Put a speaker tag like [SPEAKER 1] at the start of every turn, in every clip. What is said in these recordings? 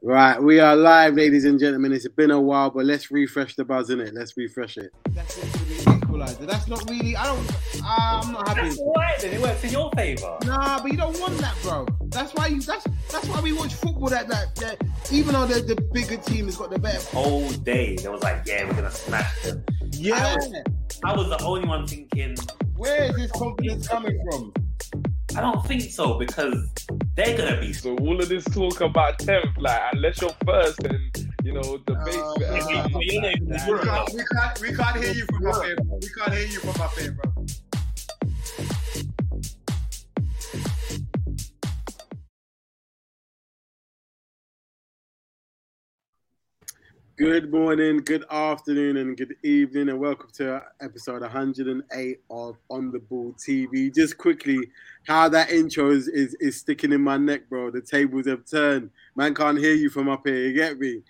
[SPEAKER 1] Right, we are live, ladies and gentlemen. It's been a while, but let's refresh the buzz in it. Let's refresh it.
[SPEAKER 2] That's literally an equalizer. That's not really. I don't. I'm not happy.
[SPEAKER 3] That's all right then. It works in your favour.
[SPEAKER 2] Nah, but you don't want that, bro. That's why you. That's that's why we watch football. That that, that even though the, the bigger team has got the better.
[SPEAKER 3] Whole day, they was like, yeah, we're gonna smash them.
[SPEAKER 2] Yeah.
[SPEAKER 3] I was the only one thinking,
[SPEAKER 2] Where is this confidence coming from?
[SPEAKER 3] I don't think so because they're gonna
[SPEAKER 4] Ah,
[SPEAKER 3] be.
[SPEAKER 5] So all of this talk about tenth, like unless you're first, and you know the base.
[SPEAKER 6] Oh,
[SPEAKER 5] better
[SPEAKER 6] man.
[SPEAKER 5] be-
[SPEAKER 3] You're not even
[SPEAKER 6] We
[SPEAKER 3] sure
[SPEAKER 6] can't, we can't, we can't hear you from my favorite. We can't hear you from my favorite.
[SPEAKER 1] Good morning, good afternoon, and good evening, and welcome to episode 108 of On the Ball TV. Just quickly, how that intro is, is, is sticking in my neck, bro. The tables have turned. Man can't hear you from up here. You get me?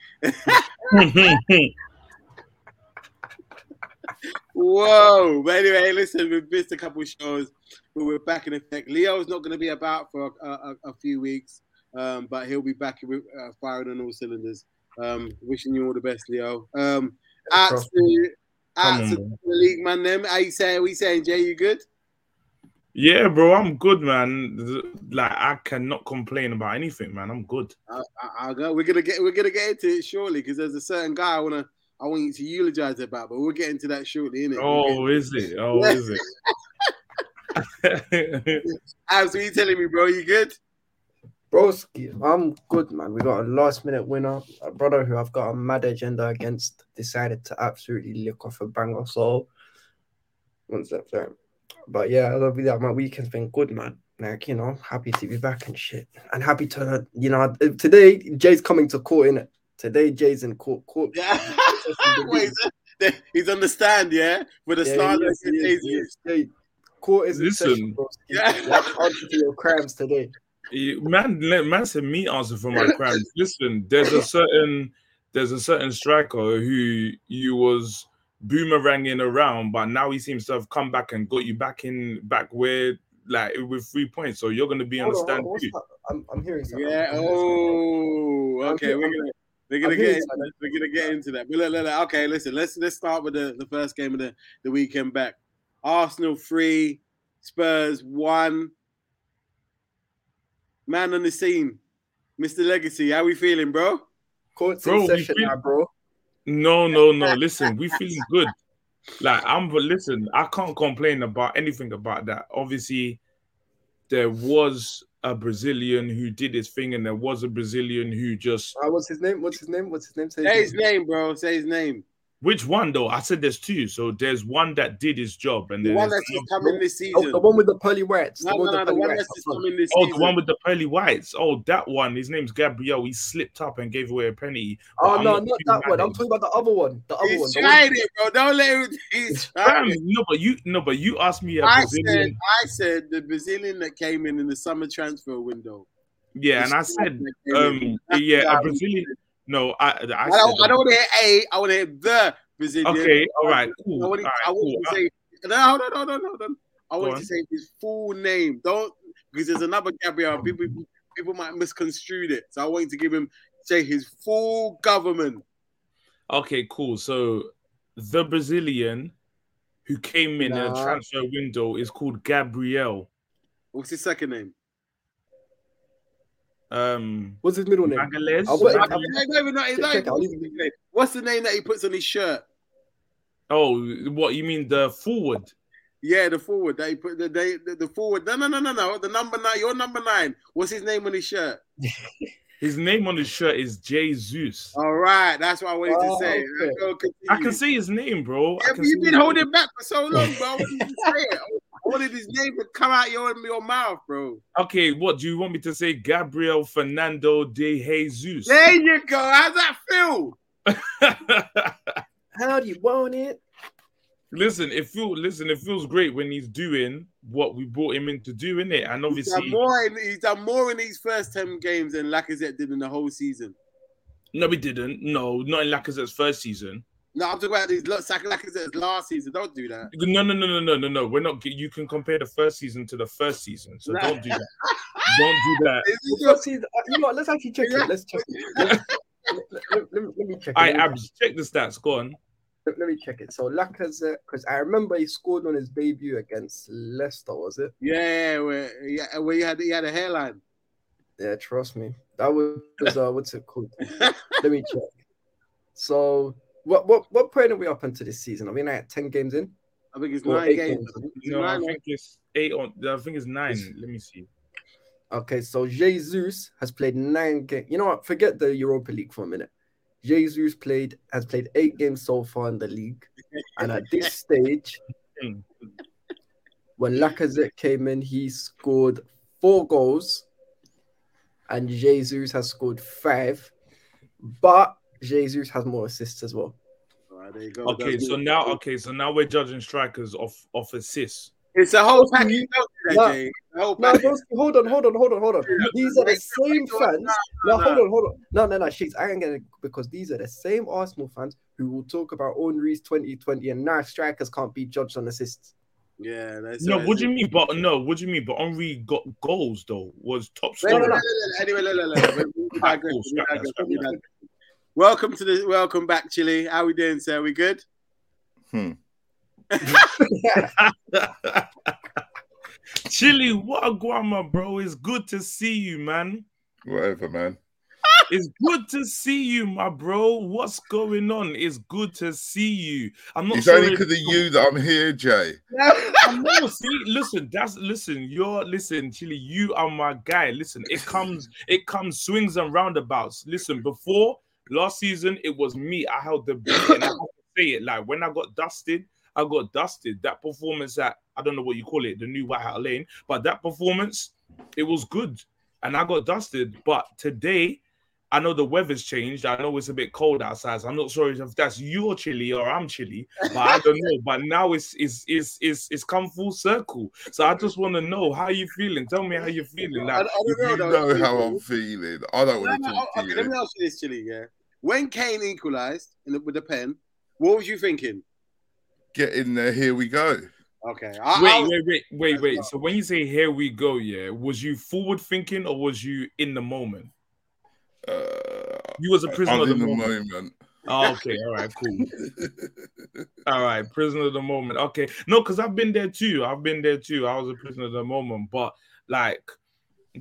[SPEAKER 1] Whoa. But anyway, listen, we've missed a couple shows, but we're back in effect. Leo's not going to be about for a, a, a few weeks, um, but he'll be back with, uh, firing on all cylinders. Um, wishing you all the best, Leo. Um, out to, out to the league, man. Them, how you saying? We saying, Jay, you good?
[SPEAKER 4] Yeah, bro, I'm good, man. Like I cannot complain about anything, man. I'm good.
[SPEAKER 1] I, I, I'll go. We're gonna get we're gonna get into it shortly because there's a certain guy I wanna I want you to eulogize about, but we'll get into that shortly, innit?
[SPEAKER 4] Oh, is it? Oh, is it?
[SPEAKER 1] Abs, what you telling me, bro? You good?
[SPEAKER 7] Broski, I'm good, man. We got a last minute winner, a brother who I've got a mad agenda against, decided to absolutely lick off a banger. So, one sec, sorry. But yeah, I love you that. My weekend's been good, man. Like, you know, happy to be back and shit. And happy to, you know, today Jay's coming to court, innit? Today Jay's in court. court.
[SPEAKER 1] Yeah. Wait, he's- he's on the stand, yeah, with a
[SPEAKER 7] Yeah,
[SPEAKER 1] star.
[SPEAKER 7] he is, he is, he is. Jay, court is in
[SPEAKER 4] Listen.
[SPEAKER 7] session, broski.
[SPEAKER 1] Yeah.
[SPEAKER 7] You have to answer for your crimes today.
[SPEAKER 4] You- man, let- man said me answer for my crimes. Listen, there's a certain there's a certain striker who you was boomeranging around, but now he seems to have come back and got you back in back where like with three points. So you're gonna be on the
[SPEAKER 7] Hold on,
[SPEAKER 4] stand.
[SPEAKER 7] hold on,
[SPEAKER 4] too.
[SPEAKER 7] what's that? I'm, I'm hearing something.
[SPEAKER 1] Yeah.
[SPEAKER 7] I'm hearing something.
[SPEAKER 1] Oh, okay.
[SPEAKER 7] I'm-
[SPEAKER 1] We're gonna we're gonna
[SPEAKER 7] I'm hearing
[SPEAKER 1] get into
[SPEAKER 7] something.
[SPEAKER 1] that. we're gonna get into that. But look, look, look, okay, listen. Let's let's start with the, the first game of the, the weekend back. Arsenal three, Spurs one. Man on the scene, Mr. Legacy. How we feeling, bro?
[SPEAKER 7] Court's
[SPEAKER 4] Bro,
[SPEAKER 7] in
[SPEAKER 4] we
[SPEAKER 7] session
[SPEAKER 4] feel-
[SPEAKER 7] now, bro.
[SPEAKER 4] No, no, no. Listen, we feeling good. Like I'm, but listen, I can't complain about anything about that. Obviously, there was a Brazilian who did his thing, and there was a Brazilian who just.
[SPEAKER 7] Uh, what's his name? What's his name? What's his name? Say
[SPEAKER 1] Say
[SPEAKER 7] his
[SPEAKER 1] his
[SPEAKER 7] name.
[SPEAKER 1] name, bro. Say his name.
[SPEAKER 4] Which one though? I said there's two, so there's one that did his job, and
[SPEAKER 1] The
[SPEAKER 4] then
[SPEAKER 1] one
[SPEAKER 4] there's
[SPEAKER 1] that's just coming this
[SPEAKER 7] Oh,
[SPEAKER 1] season.
[SPEAKER 7] the one with the pearly whites.
[SPEAKER 1] No,
[SPEAKER 7] the one
[SPEAKER 1] no,
[SPEAKER 7] with
[SPEAKER 1] no,
[SPEAKER 7] the
[SPEAKER 1] the
[SPEAKER 7] pearly
[SPEAKER 1] one
[SPEAKER 7] whites
[SPEAKER 1] that's
[SPEAKER 7] up
[SPEAKER 1] just
[SPEAKER 7] front.
[SPEAKER 1] coming this
[SPEAKER 4] Oh,
[SPEAKER 1] season.
[SPEAKER 4] the one with the pearly whites. Oh, that one. His name's Gabriel. He slipped up and gave away a penny.
[SPEAKER 7] Oh
[SPEAKER 4] I'm
[SPEAKER 7] no,
[SPEAKER 4] not
[SPEAKER 7] not
[SPEAKER 4] too
[SPEAKER 7] that
[SPEAKER 4] mad
[SPEAKER 7] one.
[SPEAKER 4] at
[SPEAKER 7] I'm
[SPEAKER 4] him.
[SPEAKER 7] talking about the other one. The other one.
[SPEAKER 1] He's
[SPEAKER 7] the one-
[SPEAKER 1] tried it, bro. Don't let him. He's
[SPEAKER 4] Fam,
[SPEAKER 1] tried it.
[SPEAKER 4] Um, no, but you, no, but you asked me a
[SPEAKER 1] I said,
[SPEAKER 4] Brazilian.
[SPEAKER 1] I said the Brazilian that came in in the summer transfer window.
[SPEAKER 4] yeah, and I
[SPEAKER 1] That's
[SPEAKER 4] said,
[SPEAKER 1] the Brazilian.
[SPEAKER 4] um, yeah,
[SPEAKER 1] Yeah.
[SPEAKER 4] a Brazilian. No, I, I,
[SPEAKER 1] I
[SPEAKER 4] said
[SPEAKER 1] don't, I don't want to hear a. I want to hear the Brazilian.
[SPEAKER 4] Okay, all right,
[SPEAKER 1] I
[SPEAKER 4] cool.
[SPEAKER 1] want, to,
[SPEAKER 4] all right,
[SPEAKER 1] I want
[SPEAKER 4] cool. Uh,
[SPEAKER 1] to say. No, hold on, hold on, hold on. I
[SPEAKER 4] Go
[SPEAKER 1] want to
[SPEAKER 4] on.
[SPEAKER 1] say his full name. Don't because there's another Gabriel. People, people might misconstrue it. So I want you to give him say his full government.
[SPEAKER 4] Uh, Okay, cool. So the Brazilian who came in in a
[SPEAKER 7] Nah.
[SPEAKER 4] transfer window is called Gabriel.
[SPEAKER 1] What's his second name?
[SPEAKER 4] Um,
[SPEAKER 7] What's his middle name?
[SPEAKER 4] Magalhães?
[SPEAKER 7] I would-
[SPEAKER 4] Magalhães?
[SPEAKER 1] No, no, no, no,
[SPEAKER 7] Check-
[SPEAKER 1] no.
[SPEAKER 7] check it, I'll leave it.
[SPEAKER 1] What's the name that he puts on his shirt?
[SPEAKER 4] Oh, what you mean the forward?
[SPEAKER 1] Yeah, the forward. They put the they the, the forward. No, no, no, no, no. The number nine. Your number nine. What's his name on his shirt?
[SPEAKER 4] His name on his shirt is Jesus.
[SPEAKER 1] All right, that's what I wanted
[SPEAKER 7] Oh,
[SPEAKER 1] to say.
[SPEAKER 7] okay.
[SPEAKER 1] Go
[SPEAKER 4] I
[SPEAKER 1] continue.
[SPEAKER 4] can say his name, bro. I
[SPEAKER 1] Yeah,
[SPEAKER 4] can
[SPEAKER 1] but you've
[SPEAKER 4] say
[SPEAKER 1] been
[SPEAKER 4] his
[SPEAKER 1] holding
[SPEAKER 4] name.
[SPEAKER 1] back for so long, bro. I wanted you to say it. I wanted his name to come out your your mouth, bro.
[SPEAKER 4] Okay, what do you want me to say? Gabriel Fernando de Jesus.
[SPEAKER 1] There you go. How's that feel?
[SPEAKER 7] How do you want it?
[SPEAKER 4] listen, it feels listen, it feels great when he's doing what we brought him in to do, in it, and
[SPEAKER 1] He's done
[SPEAKER 4] obviously.
[SPEAKER 1] more. In, he's done more in these first ten games than Lacazette did in the whole season.
[SPEAKER 4] No, we didn't. No, not in Lacazette's first season.
[SPEAKER 1] No, I'm talking about these look, Sakalaka says last season. Don't do that.
[SPEAKER 4] No, no, no, no, no, no, no. We're not. You can compare the first season to the first season, so don't do that. don't do that.
[SPEAKER 7] Let's see, uh, you know, what, let's actually check it. Let's check it. Let, let- let me- let me check it.
[SPEAKER 4] I
[SPEAKER 7] Let me-
[SPEAKER 4] abs. Check the stats. Go on.
[SPEAKER 7] let, let me check it. So Lacazette, because I remember he scored on his debut against Leicester, was it?
[SPEAKER 1] Yeah, where, yeah, where you had you had a hairline.
[SPEAKER 7] Yeah, trust me. That was uh, what's it called? let me check. So what what what point are we up into this season? Are we now at ten games in?
[SPEAKER 1] I think it's
[SPEAKER 7] Or
[SPEAKER 1] nine
[SPEAKER 7] eight
[SPEAKER 1] games.
[SPEAKER 7] games.
[SPEAKER 1] It's
[SPEAKER 4] No, I
[SPEAKER 1] nine
[SPEAKER 4] think it's eight on. I think it's nine. Let me see.
[SPEAKER 7] Okay, so Jesus has played nine games. You know what? Forget the Europa League for a minute. Jesus played has played eight games so far in the league, and at this stage,
[SPEAKER 4] Hmm.
[SPEAKER 7] when Lacazette came in, he scored four goals, and Jesus has scored five, but Jesus has more assists as well.
[SPEAKER 1] All right, there you go.
[SPEAKER 4] Okay,
[SPEAKER 1] Oh, That's
[SPEAKER 4] so
[SPEAKER 1] good.
[SPEAKER 4] now, okay, so now we're judging strikers off off assists.
[SPEAKER 1] it's a whole package. Don't do
[SPEAKER 7] No.
[SPEAKER 1] that, Jay. The whole
[SPEAKER 7] No,
[SPEAKER 1] package.
[SPEAKER 7] don't, hold on, hold on, hold on, hold on. These are the same fans. No,
[SPEAKER 1] no.
[SPEAKER 7] hold on, hold on. No, no, no, Sheets. I ain't gonna because these are the same Arsenal fans who will talk about Henry's 2020 and now strikers can't be judged on assists.
[SPEAKER 1] Yeah, that's
[SPEAKER 4] No,
[SPEAKER 1] right.
[SPEAKER 4] what do you mean? But no, what do you mean? But Henri got goals though. Was top
[SPEAKER 1] Wait, no, no,
[SPEAKER 4] scorer.
[SPEAKER 1] no, no. Anyway, no, no, no. We- we- we
[SPEAKER 4] Alright,
[SPEAKER 1] digress,
[SPEAKER 4] cool.
[SPEAKER 1] we
[SPEAKER 4] Scrap that,
[SPEAKER 1] digress,
[SPEAKER 4] scrap
[SPEAKER 1] we
[SPEAKER 4] that.
[SPEAKER 1] digress. Welcome to the welcome back, Chile. How we doing, sir? We good?
[SPEAKER 4] Chile, what a guama, bro. It's good to see you, man.
[SPEAKER 8] Whatever, man.
[SPEAKER 4] It's good to see you, my bro. What's going on? It's good to see you.
[SPEAKER 2] Oh,
[SPEAKER 4] I'm not
[SPEAKER 8] It's
[SPEAKER 4] sure
[SPEAKER 8] only
[SPEAKER 4] if-
[SPEAKER 8] because of you that I'm here, Jay.
[SPEAKER 4] I know, see, listen, that's listen, you're listen, Chili, you are my guy. Listen, it comes, it comes swings and roundabouts. Listen, before last season, it was me. I held the beat and I have to say it. Like when I got dusted, I got dusted. That performance at I don't know what you call it, the new White Hart Lane, but that performance, it was good. And I got dusted. But today, I know the weather's changed. I know it's a bit cold outside. So I'm not sure if that's your chili or I'm chili but I don't know. But now it's it's it's it's it's come full circle. So I just want to know how you feeling. Tell me how you feeling.
[SPEAKER 1] I, I
[SPEAKER 4] Like,
[SPEAKER 1] don't know.
[SPEAKER 8] You
[SPEAKER 1] though.
[SPEAKER 8] know how I'm feeling. I don't
[SPEAKER 1] No,
[SPEAKER 8] want to
[SPEAKER 1] no,
[SPEAKER 8] talk
[SPEAKER 1] oh,
[SPEAKER 8] to
[SPEAKER 1] okay, let me
[SPEAKER 8] you.
[SPEAKER 1] ask you this, Chile. Yeah, when Kane equalised in the, with the pen, what was you thinking?
[SPEAKER 8] Get in there. Here we go.
[SPEAKER 1] Okay, I, I
[SPEAKER 4] wait,
[SPEAKER 1] was-
[SPEAKER 4] wait, wait, wait, wait. So when you say here we go, yeah, was you forward thinking or was you in the moment?
[SPEAKER 8] Uh,
[SPEAKER 4] You was a
[SPEAKER 8] I'm
[SPEAKER 4] prisoner of the
[SPEAKER 8] in the
[SPEAKER 4] moment.
[SPEAKER 8] moment.
[SPEAKER 4] Oh, okay, all right, cool. All right, prisoner of the moment. Okay, no, because I've been there too. I've been there too. I was a prisoner of the moment, but like,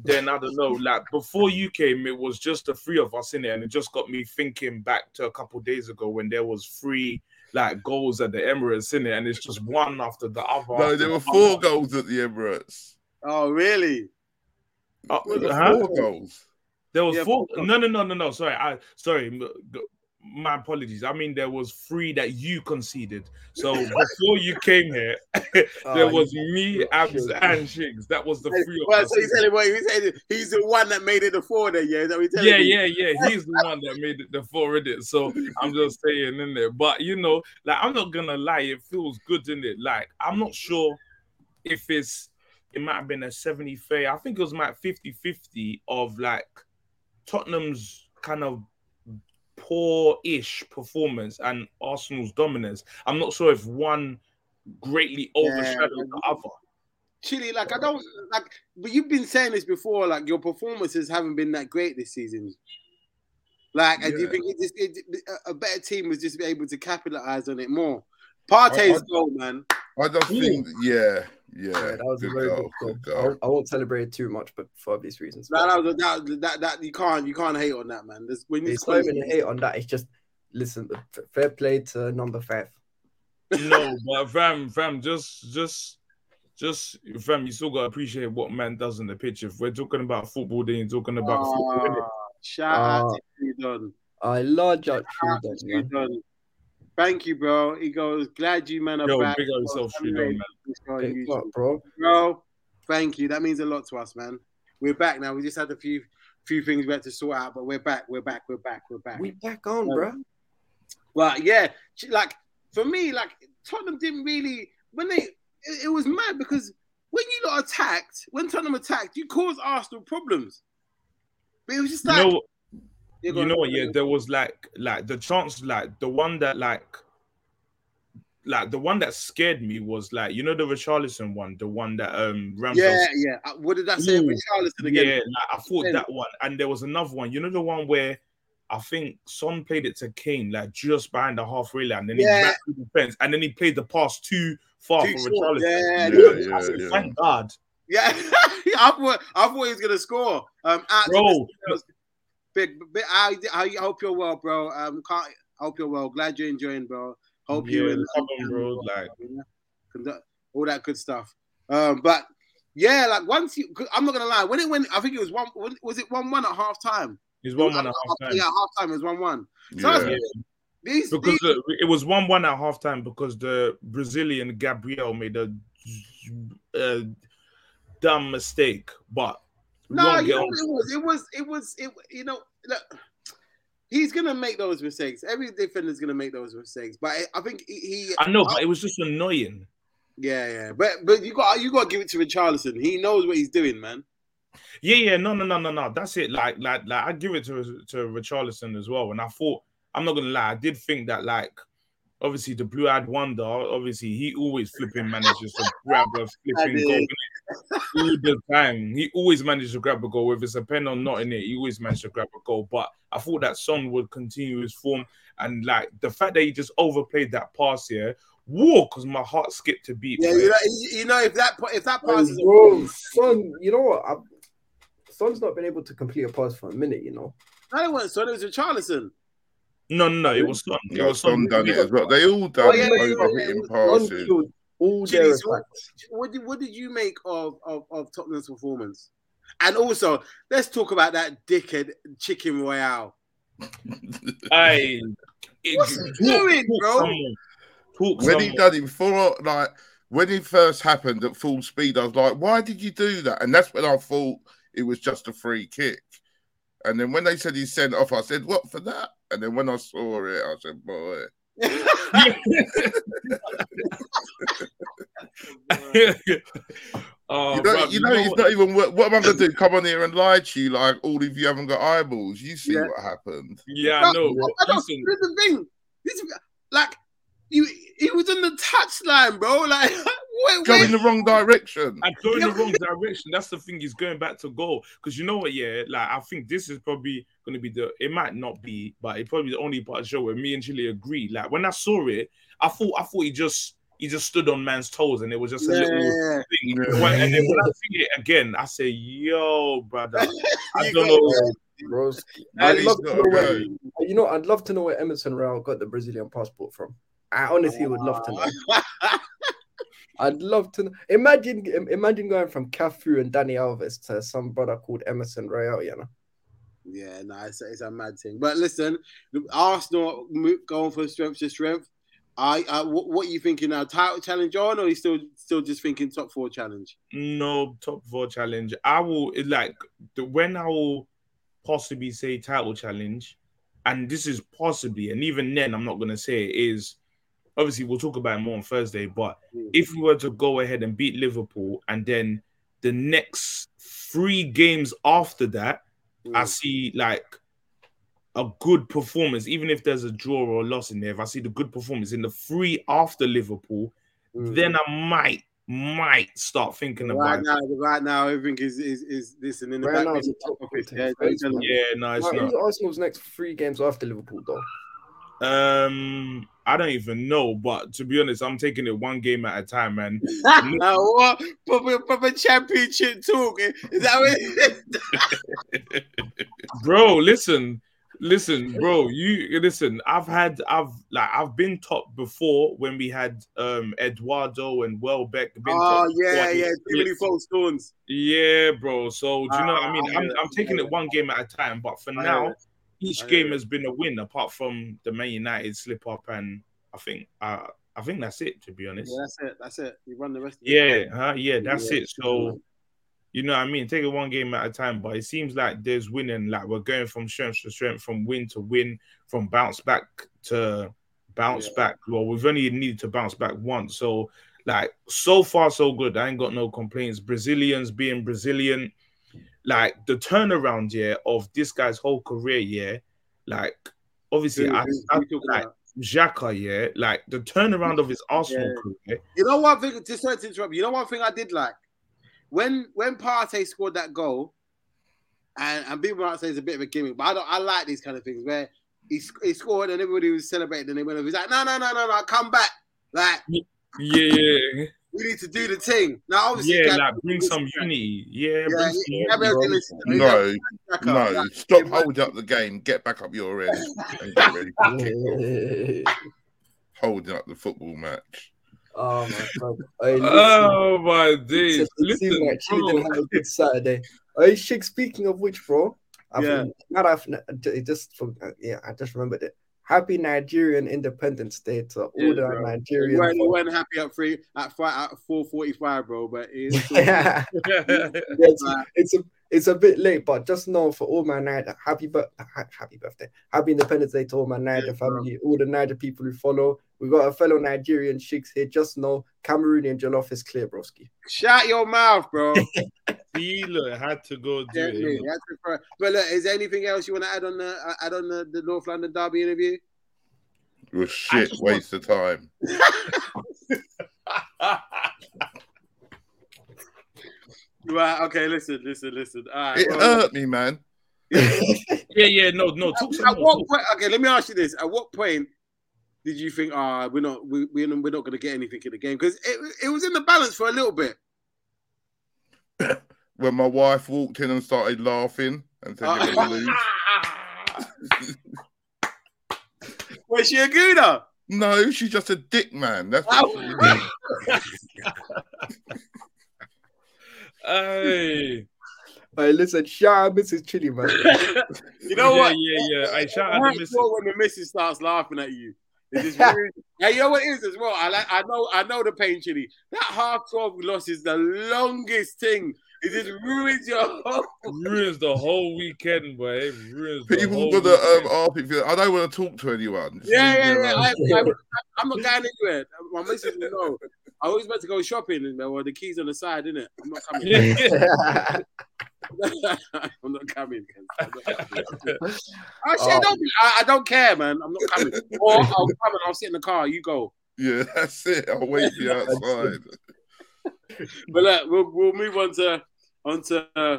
[SPEAKER 4] then I don't know. Like before you came, it was just the three of us in there, and it just got me thinking back to a couple days ago when there was three like goals at the Emirates in it, and it's just one after the other.
[SPEAKER 8] no,
[SPEAKER 4] after
[SPEAKER 8] there
[SPEAKER 4] the
[SPEAKER 8] were
[SPEAKER 4] other.
[SPEAKER 8] four goals at the Emirates.
[SPEAKER 1] oh really?
[SPEAKER 4] Uh,
[SPEAKER 8] There were
[SPEAKER 4] huh?
[SPEAKER 8] four goals.
[SPEAKER 4] There was
[SPEAKER 1] Yeah, uh,
[SPEAKER 4] four.
[SPEAKER 1] four.
[SPEAKER 4] No, no, no, no, no. Sorry, I sorry. m- g- My apologies. I mean, there was three that you conceded. So before you came here, there
[SPEAKER 1] Ah,
[SPEAKER 7] Oh,
[SPEAKER 4] was
[SPEAKER 7] you-
[SPEAKER 4] me,
[SPEAKER 7] you're
[SPEAKER 4] Abs,
[SPEAKER 7] shit.
[SPEAKER 4] and Shigs. That was the three of
[SPEAKER 1] Well,
[SPEAKER 4] us.
[SPEAKER 1] so you telling what you saying? He's the one that made it the four there. Yeah, Is that we telling
[SPEAKER 4] yeah,
[SPEAKER 1] me?
[SPEAKER 4] yeah, yeah. He's the one that made it the four in it. So I'm just saying in there. But you know, like I'm not gonna lie, it feels good in it. Like I'm not sure if it's it might have been a 70 fair. I think it was like 50-50 of like Tottenham's kind of poor-ish performance and Arsenal's dominance. I'm not sure if one greatly overshadowed the other.
[SPEAKER 1] Chile, like I don't like, but you've been saying this before. Like your performances haven't been that great this season. Like, and do you
[SPEAKER 8] Yeah.
[SPEAKER 1] think it just it, a a better team was just able to capitalize on it more? Partey's
[SPEAKER 8] I-
[SPEAKER 1] goal, man.
[SPEAKER 8] I don't think. Yeah, yeah.
[SPEAKER 7] Yeah, that was a
[SPEAKER 8] good
[SPEAKER 7] very
[SPEAKER 8] goal, good
[SPEAKER 7] good goal. I
[SPEAKER 8] goal.
[SPEAKER 7] won't- I won't celebrate it too much, but for obvious reasons.
[SPEAKER 1] That, that, was- that, that, that you can't you can't hate on that, man. There's, when you
[SPEAKER 7] It's not even a hate on that. It's just listen. uh, f- Fair play to number five.
[SPEAKER 4] no, but fam, fam, just, just, just, fam, you still gotta appreciate what man does in the pitch. If we're talking about football, then you're talking about football. innit?
[SPEAKER 1] Ah, shout out
[SPEAKER 7] Ah.
[SPEAKER 1] to Trudon.
[SPEAKER 7] I large out
[SPEAKER 1] Shout out
[SPEAKER 7] Trudon,
[SPEAKER 1] to
[SPEAKER 7] man.
[SPEAKER 1] Trudon. Thank you, bro. He goes, glad you man are
[SPEAKER 4] Yo,
[SPEAKER 1] back.
[SPEAKER 4] big up yourself,
[SPEAKER 1] Well,
[SPEAKER 4] Trudon, man.
[SPEAKER 1] it's on
[SPEAKER 7] Big
[SPEAKER 1] YouTube.
[SPEAKER 7] up, bro.
[SPEAKER 1] bro. Thank you. That means a lot to us, man. We're back now. We just had a few few things we had to sort out, but we're back. We're back. We're back. We're back.
[SPEAKER 7] We back on, bro.
[SPEAKER 1] But yeah, ch- like for me, like Tottenham didn't really when they it, it was mad because when you lot attacked, when Tottenham attacked, you caused Arsenal problems. But it was just
[SPEAKER 4] You
[SPEAKER 1] like
[SPEAKER 4] know,
[SPEAKER 1] Yeah, go
[SPEAKER 4] you
[SPEAKER 1] on.
[SPEAKER 4] know what? Yeah, there was like, like the chance, like the one that like like the one that scared me was like you know the Richarlison one, the one that um Ramsdale
[SPEAKER 1] Yeah, yeah. Uh, What did that say?
[SPEAKER 4] Ooh.
[SPEAKER 1] Richarlison
[SPEAKER 4] yeah,
[SPEAKER 1] again.
[SPEAKER 4] like, I thought that one, and there was another one. You know the one where I think Son played it to Kane, like just behind the halfway line, and then
[SPEAKER 1] Yeah.
[SPEAKER 4] he backed to the fence, and then he played the pass too far
[SPEAKER 1] Too
[SPEAKER 4] for
[SPEAKER 1] short.
[SPEAKER 4] Richarlison.
[SPEAKER 1] Yeah,
[SPEAKER 8] Yeah,
[SPEAKER 1] yeah.
[SPEAKER 4] I said,
[SPEAKER 8] yeah.
[SPEAKER 4] Thank God,
[SPEAKER 1] Yeah, I thought I thought he was gonna score. Um, out-
[SPEAKER 4] bro.
[SPEAKER 1] big, big, I, I hope you're well, bro. Um, can't I hope you're well. Glad you're enjoying, bro. Hope you
[SPEAKER 4] Yeah,
[SPEAKER 1] and
[SPEAKER 4] love 'em, bro, like-
[SPEAKER 1] Conduct- all that good stuff. Um, but yeah, like once you, 'cause I'm not gonna lie. When it went, I think it was one. Was it one one at half time?
[SPEAKER 4] He's one one at half
[SPEAKER 1] Yeah,
[SPEAKER 4] time.
[SPEAKER 1] at half time it was one one. So
[SPEAKER 8] Yeah.
[SPEAKER 1] I was- These,
[SPEAKER 4] Because
[SPEAKER 1] these
[SPEAKER 4] uh, it was one one at half time because the Brazilian Gabriel made a uh, dumb mistake, but we
[SPEAKER 1] No,
[SPEAKER 4] won't
[SPEAKER 1] you
[SPEAKER 4] get
[SPEAKER 1] know
[SPEAKER 4] on
[SPEAKER 1] what it was. It was. It was. It. You know, look, he's gonna make those mistakes. Every defender's gonna make those mistakes. But I, I think he. he
[SPEAKER 4] I know, but it was just annoying.
[SPEAKER 1] yeah, yeah. But but you got you got to give it to Richarlison. He knows what he's doing, man.
[SPEAKER 4] Yeah, yeah, no, no, no, no, no. That's it. Like, like, like, I give it to to Richarlison as well. And I thought, I'm not gonna lie, I did think that, like, obviously the blue-eyed wonder, obviously he always flipping manages to grab a
[SPEAKER 1] did.
[SPEAKER 4] flipping goal innit? all the time. He always manages to grab a goal, whether it's a pen or not in it. He always managed to grab a goal. But I thought that Son would continue his form, and like the fact that he just overplayed that pass here, whoa, because my heart skipped a beat.
[SPEAKER 1] Yeah,
[SPEAKER 4] bro.
[SPEAKER 1] you know, you, you know if that if that pass is
[SPEAKER 7] bro, son, you know what? i Son's not been able to complete a pass for a minute, you know.
[SPEAKER 1] no, it wasn't. Son, it was Richarlison.
[SPEAKER 4] no, no, no, it was Son. It
[SPEAKER 8] Yeah,
[SPEAKER 4] was Son
[SPEAKER 8] some done it as well. They all done
[SPEAKER 1] Oh, yeah, yeah,
[SPEAKER 8] over
[SPEAKER 1] yeah,
[SPEAKER 8] hitting
[SPEAKER 1] yeah.
[SPEAKER 7] Son
[SPEAKER 8] passes.
[SPEAKER 7] killed all their
[SPEAKER 1] Jeez, what,
[SPEAKER 7] attacks.
[SPEAKER 1] what did what did you make of of, of Tottenham's performance? And also, let's talk about that dickhead chicken royale.
[SPEAKER 4] Hey,
[SPEAKER 1] What's he doing, bro?
[SPEAKER 4] someone. Talk
[SPEAKER 8] When he
[SPEAKER 4] someone.
[SPEAKER 8] done it full like when it first happened at full speed, I was like, why did you do that? And that's when I thought it was just a free kick. And then when they said he sent off, I said, What for that? And then when I saw it, I said, Boy.
[SPEAKER 4] oh,
[SPEAKER 8] you know,
[SPEAKER 4] bruv,
[SPEAKER 8] you know, it's
[SPEAKER 4] what?
[SPEAKER 8] not even what, what am I gonna do? Come on here and lie to you like all of you haven't got eyeballs. You see
[SPEAKER 1] Yeah.
[SPEAKER 8] what happened.
[SPEAKER 4] Yeah, I know.
[SPEAKER 1] I
[SPEAKER 4] but
[SPEAKER 1] don't,
[SPEAKER 4] Listen,
[SPEAKER 1] this is the thing. This, like, you, he was in the touchline, bro. Like, wait,
[SPEAKER 8] Go
[SPEAKER 1] wait.
[SPEAKER 8] in the wrong direction.
[SPEAKER 4] I'm going
[SPEAKER 1] Yeah.
[SPEAKER 4] the wrong direction. That's the thing. He's going back to goal because you know what? Yeah, like I think this is probably going to be the. It might not be, but it probably the only part of the show where me and Chile agree. Like when I saw it, I thought I thought he just he just stood on man's toes and it was just a little
[SPEAKER 1] Yeah.
[SPEAKER 4] thing.
[SPEAKER 8] Yeah.
[SPEAKER 4] When- and then when I see it again, I say, "Yo, brother, I
[SPEAKER 1] You
[SPEAKER 4] don't
[SPEAKER 1] got
[SPEAKER 4] know."
[SPEAKER 7] Bro,
[SPEAKER 8] Man,
[SPEAKER 7] I'd
[SPEAKER 8] he's
[SPEAKER 7] love to
[SPEAKER 8] gotta
[SPEAKER 7] know where,
[SPEAKER 8] go.
[SPEAKER 7] you know, I'd love to know where Emerson Royal got the Brazilian passport from. I honestly would love to know.
[SPEAKER 1] Ah.
[SPEAKER 7] I'd love to know. Imagine, im- imagine going from Cafu and Danny Alves to some brother called Emerson Royal, you know.
[SPEAKER 1] Yeah, no, it's, it's a mad thing. But listen, Arsenal mo- going from strength to strength. I, I what, what are you thinking now? Title challenge on, or are you still still just thinking top four challenge?
[SPEAKER 4] No top four challenge. I will it, like the, when I will possibly say title challenge, and this is possibly, and even then I'm not gonna say it is. Obviously, we'll talk about it more on Thursday. But
[SPEAKER 1] Mm.
[SPEAKER 4] if we were to go ahead and beat Liverpool, and then the next three games after that, I see like a good performance, even if there's a draw or a loss in there. If I see the good performance in the three after Liverpool,
[SPEAKER 7] Hmm.
[SPEAKER 1] Mm.
[SPEAKER 4] then I might might start thinking about
[SPEAKER 1] right now, right now, everything is is is this and in the
[SPEAKER 7] Right
[SPEAKER 1] back.
[SPEAKER 7] now,
[SPEAKER 1] end
[SPEAKER 7] it's
[SPEAKER 1] of
[SPEAKER 7] a top
[SPEAKER 1] the office,
[SPEAKER 7] four
[SPEAKER 1] yeah,
[SPEAKER 7] team.
[SPEAKER 1] don't tell me.
[SPEAKER 4] Yeah, no, it's
[SPEAKER 7] Like,
[SPEAKER 4] not.
[SPEAKER 7] who's Arsenal's next three games after Liverpool, though?
[SPEAKER 4] Um, I don't even know, but to be honest, I'm taking it one game at a time, man.
[SPEAKER 1] Ah, what? Proper, proper championship talk. Is that what it is?
[SPEAKER 4] Bro, listen, listen, bro. You listen. I've had, I've like, I've been top before when we had um Eduardo and Welbeck. Been
[SPEAKER 1] Oh
[SPEAKER 4] top
[SPEAKER 1] yeah,
[SPEAKER 4] before.
[SPEAKER 1] yeah. Too many false dawns.
[SPEAKER 4] Yeah, bro. So do you know what
[SPEAKER 1] Ah,
[SPEAKER 4] I mean?
[SPEAKER 1] I
[SPEAKER 4] I'm,
[SPEAKER 1] hear
[SPEAKER 4] I'm
[SPEAKER 1] that.
[SPEAKER 4] taking
[SPEAKER 1] I
[SPEAKER 4] it
[SPEAKER 1] hear
[SPEAKER 4] one game at a time, but for
[SPEAKER 1] I hear
[SPEAKER 4] now,
[SPEAKER 1] that. I
[SPEAKER 4] each
[SPEAKER 1] hear
[SPEAKER 4] game
[SPEAKER 1] that.
[SPEAKER 4] has been a win, apart from the Man United slip up, and I think, uh, I think that's it. To be honest,
[SPEAKER 1] Yeah, that's it. That's it. You run the rest. Of it.
[SPEAKER 4] Yeah, huh? yeah, that's
[SPEAKER 1] Yeah.
[SPEAKER 4] it. So, you know what I mean? Take it one game at a time, but it seems like there's winning. Like we're going from strength to strength, from win to win, from bounce back to bounce
[SPEAKER 1] Yeah.
[SPEAKER 4] back. Well, we've only needed to bounce back once. So, like, so far, so good. I ain't got no complaints. Brazilians being Brazilian, like, the turnaround year of this guy's whole career year, like, obviously,
[SPEAKER 1] Who-
[SPEAKER 4] I,
[SPEAKER 1] who-
[SPEAKER 4] I
[SPEAKER 1] who you talking
[SPEAKER 4] like,
[SPEAKER 1] about?
[SPEAKER 4] Xhaka, yeah, like the turnaround of his Arsenal career.
[SPEAKER 1] You know one thing. Just sorry to interrupt. You know one thing I did like when when Partey scored that goal, and and people might say it's a bit of a gimmick, but I don't. I like these kind of things where he, sc- he scored and everybody was celebrating and they went over. He's like, no, no, no, no, no, come back. Like
[SPEAKER 4] Yeah,
[SPEAKER 1] we need to do the thing. Now obviously,
[SPEAKER 4] yeah,
[SPEAKER 1] Gab-
[SPEAKER 4] like bring some unity. Yeah,
[SPEAKER 1] Yeah,
[SPEAKER 4] bring some unity,
[SPEAKER 1] Gabriel
[SPEAKER 4] bro.
[SPEAKER 1] Listen, I mean,
[SPEAKER 8] No,
[SPEAKER 1] Gab's back up,
[SPEAKER 8] no.
[SPEAKER 1] like,
[SPEAKER 8] Stop
[SPEAKER 1] it-
[SPEAKER 8] holding up the game. Get back up your end and get ready for the kick-off. Holding up the football match.
[SPEAKER 7] oh my god. Hey, listen,
[SPEAKER 4] Oh my days!
[SPEAKER 7] it seemed
[SPEAKER 4] Listen,
[SPEAKER 7] like she
[SPEAKER 4] bro.
[SPEAKER 7] didn't have a good Saturday. Hey, Shig, speaking of which, bro, I
[SPEAKER 1] Yeah.
[SPEAKER 7] think- now that I've it just for, yeah, I just remembered it. Happy Nigerian Independence Day to all
[SPEAKER 1] Yeah,
[SPEAKER 7] the
[SPEAKER 1] bro. We
[SPEAKER 7] Nigerian.
[SPEAKER 1] weren't, we weren't happy at three at five at four forty five, bro. But it's
[SPEAKER 7] yeah, it's, it's a it's a bit late, but just know for all my Niger, happy but happy birthday, happy Independence Day to all my Niger
[SPEAKER 1] Yeah, bro.
[SPEAKER 7] family, all the Niger people who follow. We got a fellow Nigerian Shigs here. Just know Cameroonian Jollof is clear, broski.
[SPEAKER 1] shut your mouth, bro.
[SPEAKER 4] Steeler had to go do it.
[SPEAKER 1] Definitely.
[SPEAKER 4] you know.
[SPEAKER 1] That's the first- But look, is there anything else you want to add on the uh, add on the, the North London Derby interview?
[SPEAKER 8] It was shit,
[SPEAKER 4] just
[SPEAKER 8] waste of time.
[SPEAKER 1] Right. Okay. Listen. Listen. Listen. All right.
[SPEAKER 8] It uh, hurt me, man.
[SPEAKER 4] Yeah, yeah, no, no. Talk some
[SPEAKER 1] at
[SPEAKER 4] more,
[SPEAKER 1] what
[SPEAKER 4] talk-
[SPEAKER 1] point, okay, let me ask you this: At what point did you think, ah, we're not, we, we're not, we're not going to get anything in the game because it, it was in the balance for a little bit.
[SPEAKER 8] When my wife walked in and started laughing and said, "You're gonna lose."
[SPEAKER 1] Was she a gooner?
[SPEAKER 8] No, she's just a dick man. That's what she is.
[SPEAKER 4] Hey,
[SPEAKER 7] Hey, listen, shout out Mrs. Chili, man.
[SPEAKER 1] You know
[SPEAKER 4] yeah,
[SPEAKER 1] what?
[SPEAKER 4] Yeah, yeah. I shout out
[SPEAKER 1] Right
[SPEAKER 4] to Mrs.
[SPEAKER 1] well when the missus starts laughing at you. It is rude. Hey, you know what it is as well? I like, I know I know the pain, Chili. That half 12 loss is the longest thing. It just ruins your whole
[SPEAKER 4] Ruins the whole weekend, but it ruins the
[SPEAKER 8] People
[SPEAKER 4] whole
[SPEAKER 8] gonna um,
[SPEAKER 4] weekend.
[SPEAKER 8] ask me if you- I don't want to talk to anyone. Just
[SPEAKER 1] Yeah,
[SPEAKER 8] leave
[SPEAKER 1] yeah,
[SPEAKER 8] me
[SPEAKER 1] yeah.
[SPEAKER 8] alone.
[SPEAKER 1] I, I, I'm not going anywhere. My missus will know. I always meant to go shopping and well, the keys on the side, innit? I'm not coming.
[SPEAKER 4] Yeah.
[SPEAKER 1] I'm not coming. guys. I'm not coming. I, said, don't, be- I, I don't care, man. I'm not coming. Or I'll come and I'll sit in the car. You go.
[SPEAKER 8] Yeah, that's it. I'll wait for you outside.
[SPEAKER 1] But look, we'll, we'll move on to on to uh,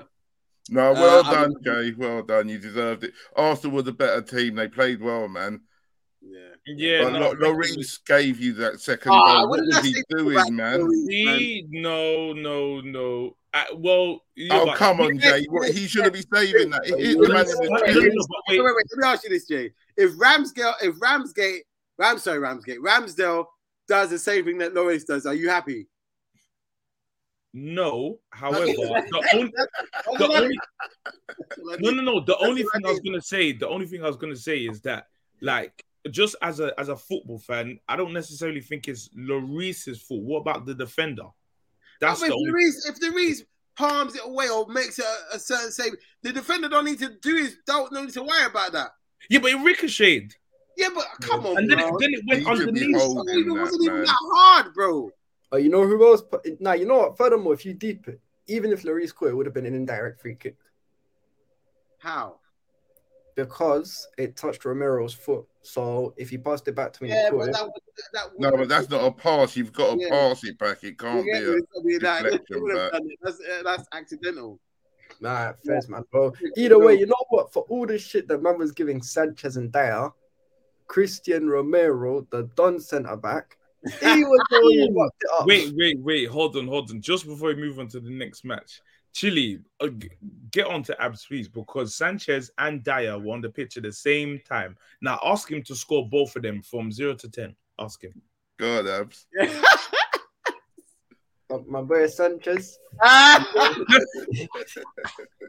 [SPEAKER 8] No, well
[SPEAKER 1] Uh,
[SPEAKER 8] done, Jay. Well done. You deserved it. Arsenal was a better team. They played well, man.
[SPEAKER 1] yeah.
[SPEAKER 4] yeah,
[SPEAKER 8] but
[SPEAKER 4] no,
[SPEAKER 8] Lo- Lloris gave you that second
[SPEAKER 1] Ah,
[SPEAKER 8] goal. What
[SPEAKER 1] did
[SPEAKER 8] was
[SPEAKER 1] I
[SPEAKER 8] he
[SPEAKER 1] say
[SPEAKER 8] doing,
[SPEAKER 1] about
[SPEAKER 8] man?
[SPEAKER 1] Lloris,
[SPEAKER 4] see, no, no, no. I, well, yeah,
[SPEAKER 8] Oh,
[SPEAKER 4] but-
[SPEAKER 8] come on,
[SPEAKER 1] Yeah,
[SPEAKER 8] Jay. What, he shouldn't be saving that. He hit the man in the
[SPEAKER 4] No, no,
[SPEAKER 8] chest.
[SPEAKER 4] no, but
[SPEAKER 1] Wait,
[SPEAKER 4] wait,
[SPEAKER 1] wait, wait. Let me ask you this, Jay. If Ramsdale, if Ramsgate, Ram, sorry, Ramsgate, Ramsdale does the same thing that Loris does, are you happy?
[SPEAKER 4] No, however, the only, the only no, no, no. The only
[SPEAKER 1] what I
[SPEAKER 4] thing I was
[SPEAKER 1] did.
[SPEAKER 4] gonna say, the only thing I was gonna say is that, like, just as a as a football fan, I don't necessarily think it's Lloris's fault. What about the defender? That's
[SPEAKER 1] if
[SPEAKER 4] the only.
[SPEAKER 1] Lloris, if Lloris palms it away or makes a, a certain save, the defender don't need to do his don't need to worry about that.
[SPEAKER 4] Yeah, but it ricocheted,
[SPEAKER 1] Yeah, but come on,
[SPEAKER 4] and then it,
[SPEAKER 1] bro.
[SPEAKER 4] then it
[SPEAKER 8] He
[SPEAKER 4] went
[SPEAKER 8] should be
[SPEAKER 4] underneath.
[SPEAKER 1] It
[SPEAKER 8] holding
[SPEAKER 1] wasn't even,
[SPEAKER 8] that,
[SPEAKER 1] wasn't even
[SPEAKER 8] man.
[SPEAKER 1] that hard, bro.
[SPEAKER 7] Oh, you know who else? Put, now you know what. Furthermore, if you deep it, even if Lloris scored, it would have been an indirect free kick
[SPEAKER 1] How?
[SPEAKER 7] because it touched Romero's foot. So if he passed it back to me,
[SPEAKER 1] Yeah, but
[SPEAKER 7] and caught it,
[SPEAKER 1] that was that was
[SPEAKER 8] No, but that's not a pass. You've got to
[SPEAKER 1] Yeah.
[SPEAKER 8] pass it back. It can't
[SPEAKER 1] yeah,
[SPEAKER 8] be.
[SPEAKER 1] it's gotta be that.
[SPEAKER 8] deflection,
[SPEAKER 1] They would've
[SPEAKER 8] but-
[SPEAKER 1] done it. That's uh, that's accidental.
[SPEAKER 7] nah, fairs, man. Bro. Either way, you know what? For all the shit that man was giving Sanchez and Dyer, Christian Romero, the Don centre back, he was the one who fucked it up.
[SPEAKER 4] Wait, wait, wait. Hold on, hold on. Just before we move on to the next match, Chile, uh, g- get on to Abs, please, because Sanchez and Dyer were on the pitch at the same time. Now ask him to score both of them from zero to ten. Ask him.
[SPEAKER 8] A... God, abs.
[SPEAKER 7] My- my boy Sanchez.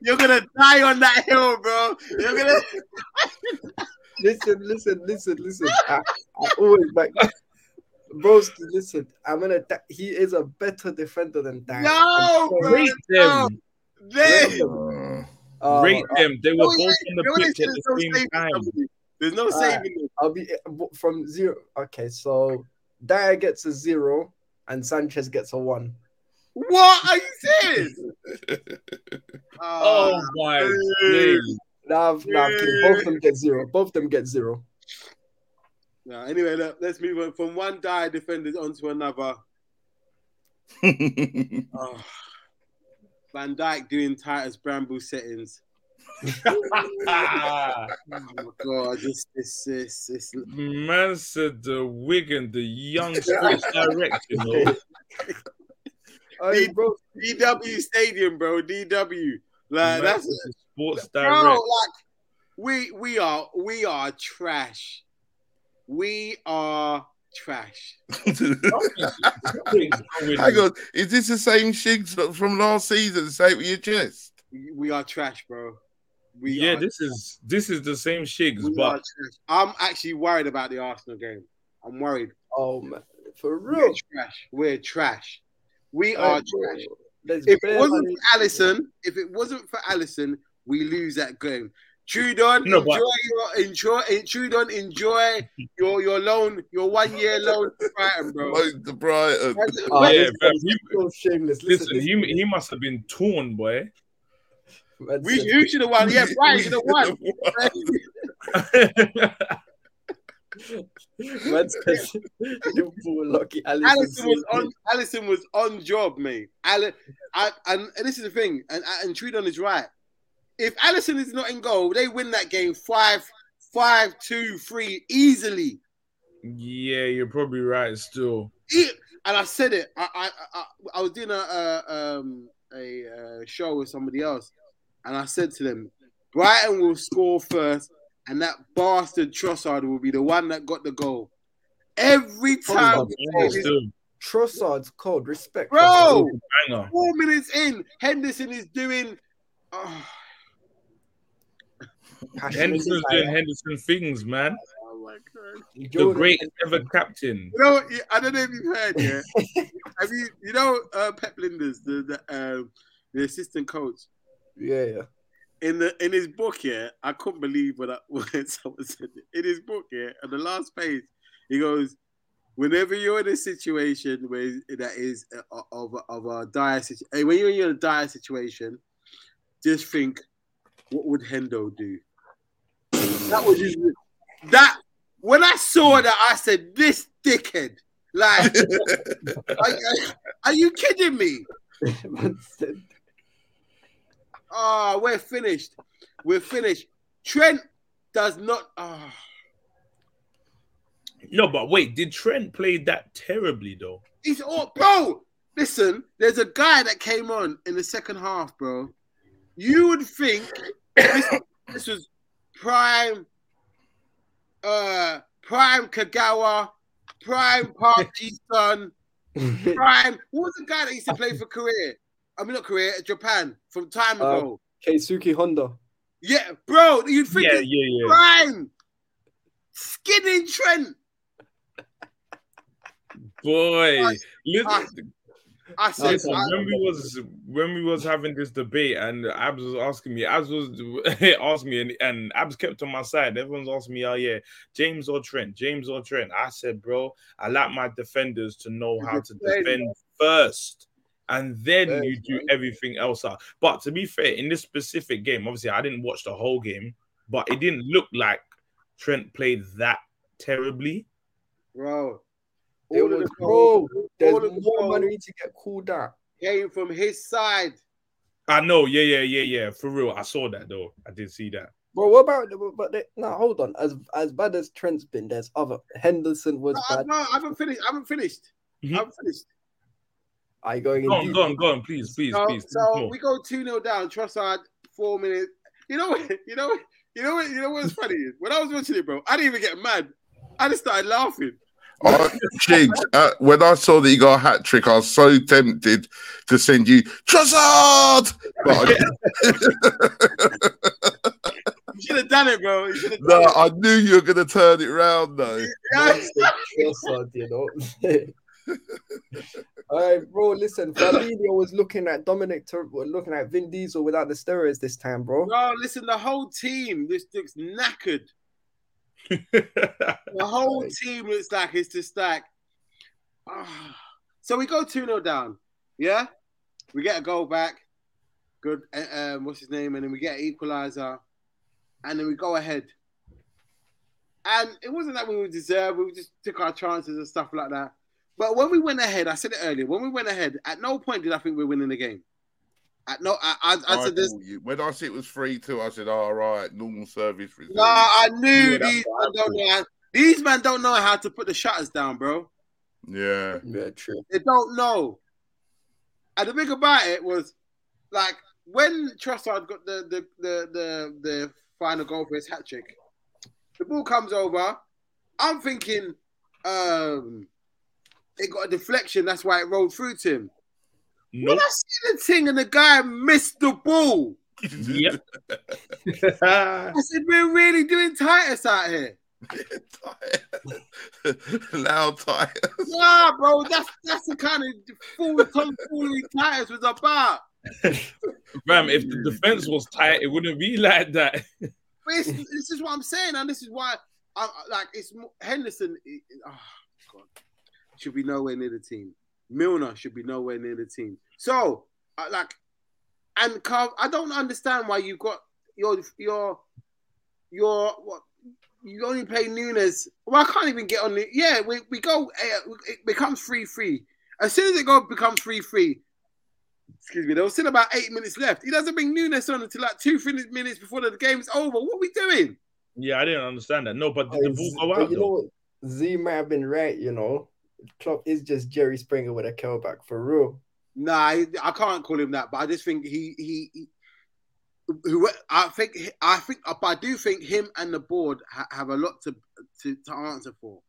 [SPEAKER 1] You're gonna die on that hill, bro. You're gonna
[SPEAKER 7] listen, listen, listen, listen. I, I always like, broski. Listen, I'm gonna. Da- he is a better defender than Dyer.
[SPEAKER 1] no, bro.
[SPEAKER 7] um,
[SPEAKER 4] Rate them.
[SPEAKER 1] They-
[SPEAKER 8] Oh.
[SPEAKER 7] Uh,
[SPEAKER 4] Rate them. They were
[SPEAKER 1] No,
[SPEAKER 4] both
[SPEAKER 1] yeah,
[SPEAKER 4] on
[SPEAKER 1] you know
[SPEAKER 4] the
[SPEAKER 1] what it
[SPEAKER 4] pitch at
[SPEAKER 1] is?
[SPEAKER 4] the
[SPEAKER 1] There's no
[SPEAKER 4] same
[SPEAKER 1] saving
[SPEAKER 4] time.
[SPEAKER 1] somebody. There's no
[SPEAKER 7] Alright.
[SPEAKER 1] saving it.
[SPEAKER 7] I'll be from zero. Okay, so Dyer gets a zero and Sanchez gets a one.
[SPEAKER 1] What are you serious? Ah,
[SPEAKER 4] Oh my
[SPEAKER 1] Yeah.
[SPEAKER 4] days.
[SPEAKER 7] Nah, I've- nah, okay, both of them get zero. Both of them get zero.
[SPEAKER 1] Yeah. Anyway, look, let's move on from one dire defenders onto another. Oh, Van Dyke doing Titus Bramble settings. Oh my god, this this this this
[SPEAKER 4] Man said the Wigan, the young sports director. you know.
[SPEAKER 7] Hey, bro,
[SPEAKER 1] DW Stadium, bro. DW. Like
[SPEAKER 4] Man
[SPEAKER 1] that's
[SPEAKER 4] said the sports
[SPEAKER 1] bro,
[SPEAKER 4] director.
[SPEAKER 1] like we we are we are trash. We are trash.
[SPEAKER 8] Hang on, is this the same shigs from last season? Say it with your chest.
[SPEAKER 1] We are trash, bro. We
[SPEAKER 4] yeah,
[SPEAKER 1] are,
[SPEAKER 4] this is this is the same shigs,
[SPEAKER 1] we are
[SPEAKER 4] but
[SPEAKER 1] trash. I'm actually worried about the Arsenal game. I'm worried.
[SPEAKER 7] Oh man, for
[SPEAKER 1] We're
[SPEAKER 7] real.
[SPEAKER 1] trash. We're trash. We
[SPEAKER 7] Hey,
[SPEAKER 1] are
[SPEAKER 7] bro.
[SPEAKER 1] trash.
[SPEAKER 7] There's
[SPEAKER 1] If it
[SPEAKER 7] bare
[SPEAKER 1] wasn't
[SPEAKER 7] money-
[SPEAKER 1] for Allison, if it wasn't for Allison, we lose that game. Trudon,
[SPEAKER 4] No,
[SPEAKER 1] enjoy
[SPEAKER 4] but-
[SPEAKER 1] your enjoy. en- Trudon, enjoy your your loan, your one year loan to Brighton, bro.
[SPEAKER 8] Like the Brighton.
[SPEAKER 7] Oh,
[SPEAKER 4] yeah,
[SPEAKER 7] this
[SPEAKER 4] but
[SPEAKER 7] guy's
[SPEAKER 4] he-
[SPEAKER 7] so shameless. Listen,
[SPEAKER 4] listen, he he must have been torn, boy.
[SPEAKER 7] man
[SPEAKER 1] We
[SPEAKER 7] said-
[SPEAKER 1] you should have won. Yeah, Brighton should have won.
[SPEAKER 7] man said Liverpool lucky Alisson
[SPEAKER 1] Allison was
[SPEAKER 7] said-
[SPEAKER 1] on. Allison was on job, mate. Ale, I, and, and this is the thing, and and Trudon is right. If Allison is not in goal, they win that game five, five, two, three easily.
[SPEAKER 4] yeah, you're probably right. Still,
[SPEAKER 1] it, E, and I said it. I I I, I was doing a uh, um a uh, show with somebody else, and I said to them, Brighton will score first, and that bastard Trossard will be the one that got the goal. Every time, we play this-
[SPEAKER 4] still
[SPEAKER 7] Trossard's cold. Respect,
[SPEAKER 1] bro.
[SPEAKER 4] banger.
[SPEAKER 1] Four minutes in, Henderson is doing. Oh,
[SPEAKER 4] Henderson's doing Henderson things, man.
[SPEAKER 1] oh my god!
[SPEAKER 4] The great ever captain.
[SPEAKER 1] You know, what, yeah, I don't know if you've heard. Yeah, have you? You know, uh, Pep Linders, the the, um the assistant coach.
[SPEAKER 7] Yeah, yeah.
[SPEAKER 1] in the in his book, yeah, I couldn't believe when, I, when someone said it. In his book, yeah, on the last page, he goes, "Whenever you're in a situation where that is a- of a- of a dire situation, when you're in a dire situation, just think, what would Hendo do? That was his, that. When I saw that, I said, "This dickhead." Like, are, are you kidding me?
[SPEAKER 7] Man said-
[SPEAKER 1] Oh, we're finished. We're finished. Trent does not. Oh,
[SPEAKER 4] No, but wait, did Trent play that terribly though?
[SPEAKER 1] he's all, bro. Listen, there's a guy that came on in the second half, bro. You would think this, this was prime, uh, prime Kagawa, prime Park Ji-sun, prime. What was the guy that used to play for Korea? I mean, not Korea, Japan from time
[SPEAKER 7] Uh,
[SPEAKER 1] ago.
[SPEAKER 7] Keisuke Honda.
[SPEAKER 1] yeah, bro. You'd think
[SPEAKER 4] Yeah,
[SPEAKER 1] it's
[SPEAKER 4] yeah, yeah.
[SPEAKER 1] prime skinning Trent.
[SPEAKER 4] Boy,
[SPEAKER 1] I-
[SPEAKER 4] listen,
[SPEAKER 1] I said,
[SPEAKER 4] Listen,
[SPEAKER 1] I-
[SPEAKER 4] when we was when we was having this debate and Abs was asking me, Abs was asked me and, and Abs kept on my side. Everyone's asking me, oh yeah, James or Trent, James or Trent. I said, bro, I like my defenders to know how to defend first. And then you do everything else out. But to be fair, in this specific game, obviously I didn't watch the whole game, but it didn't look like Trent played that terribly.
[SPEAKER 1] bro,
[SPEAKER 7] It
[SPEAKER 1] all of
[SPEAKER 7] was,
[SPEAKER 1] the goals
[SPEAKER 7] bro, there's
[SPEAKER 1] all of the
[SPEAKER 7] more
[SPEAKER 1] goals-
[SPEAKER 7] money to get called out.
[SPEAKER 1] came from his side.
[SPEAKER 4] I know, yeah, yeah, yeah, yeah. For real. I saw that though. I did see that.
[SPEAKER 7] Bro, what about the- but they, now hold on. As as bad as Trent's been, there's other Henderson was
[SPEAKER 1] No, I,
[SPEAKER 7] bad.
[SPEAKER 1] no, I haven't finished. I haven't finished.
[SPEAKER 4] Mhm.
[SPEAKER 1] I haven't finished.
[SPEAKER 7] Are you going
[SPEAKER 4] Go
[SPEAKER 7] in
[SPEAKER 4] on,
[SPEAKER 7] deep?
[SPEAKER 4] go on, go on, please, please,
[SPEAKER 1] So,
[SPEAKER 4] please.
[SPEAKER 1] so we go two 0 down. Trossard four minutes. You know, what- you know, what- you know what? You know what's funny is when I was watching it, bro. I didn't even get mad. I just started laughing.
[SPEAKER 8] Oh, Jigs, uh, when I saw that you got a hat trick, I was so tempted to send you Trossard. But I,
[SPEAKER 1] You should have done it, bro. You should have
[SPEAKER 8] no,
[SPEAKER 1] done it.
[SPEAKER 8] I knew you were going to turn it round, though.
[SPEAKER 1] Yeah.
[SPEAKER 7] Trossard, you know. All right, bro. Listen, Fabinho was looking at Dominic, Tur- well, looking at Vin Diesel without the steroids this time, bro.
[SPEAKER 1] Bro, listen, the whole team this looks knackered.
[SPEAKER 4] yeah,
[SPEAKER 1] The whole
[SPEAKER 7] Right.
[SPEAKER 1] team looks like it's just like. ah. So we go 2 0 down. Yeah? We get a goal back. Good. uh, Um, what's his name? And then we get an equalizer. And then we go ahead. And it wasn't that we were deserved. We just took our chances and stuff like that. But when we went ahead, I said it earlier. When we went ahead, at no point did I think we were winning the game. At no, I, I, I,
[SPEAKER 8] I
[SPEAKER 1] said this.
[SPEAKER 8] thought you- When I see it was three two, I said, "All right, normal service reserve."
[SPEAKER 1] Nah, I knew
[SPEAKER 4] Yeah, that's
[SPEAKER 1] these
[SPEAKER 4] what
[SPEAKER 1] men don't know. How, these men don't know how to put the shutters down, bro.
[SPEAKER 8] Yeah,
[SPEAKER 7] Yeah, true.
[SPEAKER 1] They don't know. And the thing about it was, like, when Trossard got the the the the, the final goal for his hat trick, the ball comes over. I'm thinking, um, it got a deflection. That's why it rolled through to him.
[SPEAKER 4] Nope.
[SPEAKER 1] When I see the thing and the guy missed the ball,
[SPEAKER 4] Yep.
[SPEAKER 1] I said, "We're really doing Titus out here."
[SPEAKER 8] loud tires.
[SPEAKER 1] Nah, bro, that's that's the kind of fool tomfoolery Titus was about.
[SPEAKER 4] Fam, if the defense was tight, it wouldn't be like that.
[SPEAKER 1] But it's, this is what I'm saying, and this is why, I, I- like, it's mo- Henderson. i- i- oh, God, should be nowhere near the team. Milner should be nowhere near the team. So, I like, and Carl, I don't understand why you got your your your what. You only play Nunes. Well, I can't even get on the. Yeah, we, we go. eh, It becomes three three. As soon as it go becomes three three. Excuse me. There was still about eight minutes left. He doesn't bring Nunes on until like two fin- minutes before the game's over. What are we doing?
[SPEAKER 4] Yeah, I didn't understand that. No, but did the
[SPEAKER 7] Z-
[SPEAKER 4] ball go
[SPEAKER 7] but
[SPEAKER 4] out
[SPEAKER 7] you
[SPEAKER 4] though?
[SPEAKER 7] know what? Z might have been right, you know. Klopp is just Jerry Springer with a curl back for real.
[SPEAKER 1] Nah, he- I can't call him that, but I just think he he. he who I think I think but I do think him and the board ha- have a lot to, to to answer for,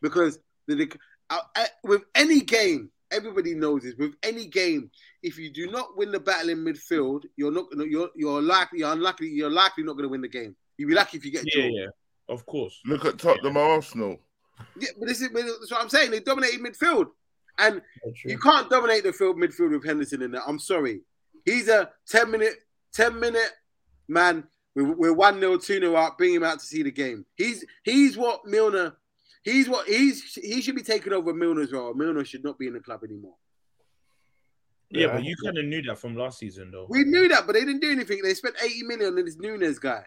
[SPEAKER 1] because the, the uh, uh, with any game everybody knows this with any game if you do not win the battle in midfield you're not gonna- you're you're likely you're unlikely you're likely not going to win the game you'd be lucky if you get
[SPEAKER 4] Yeah,
[SPEAKER 1] drawn.
[SPEAKER 4] yeah, of course.
[SPEAKER 8] Look at Tottenham Arsenal.
[SPEAKER 1] Yeah, but this is that's what I'm saying. They dominated midfield, and
[SPEAKER 7] Yeah, true.
[SPEAKER 1] you can't dominate the field midfield with Henderson in there. I'm sorry, he's a ten minute, ten minute man. We- We're one 0 two 0 up. Bring him out to see the game. He's he's what Milner. He's what he's he should be taking over Milner's role. Milner should not be in the club anymore.
[SPEAKER 4] Yeah,
[SPEAKER 7] Yeah.
[SPEAKER 4] but you kind of knew that from last season though.
[SPEAKER 1] We knew that, but they didn't do anything. They spent 80 million on this Nunes guy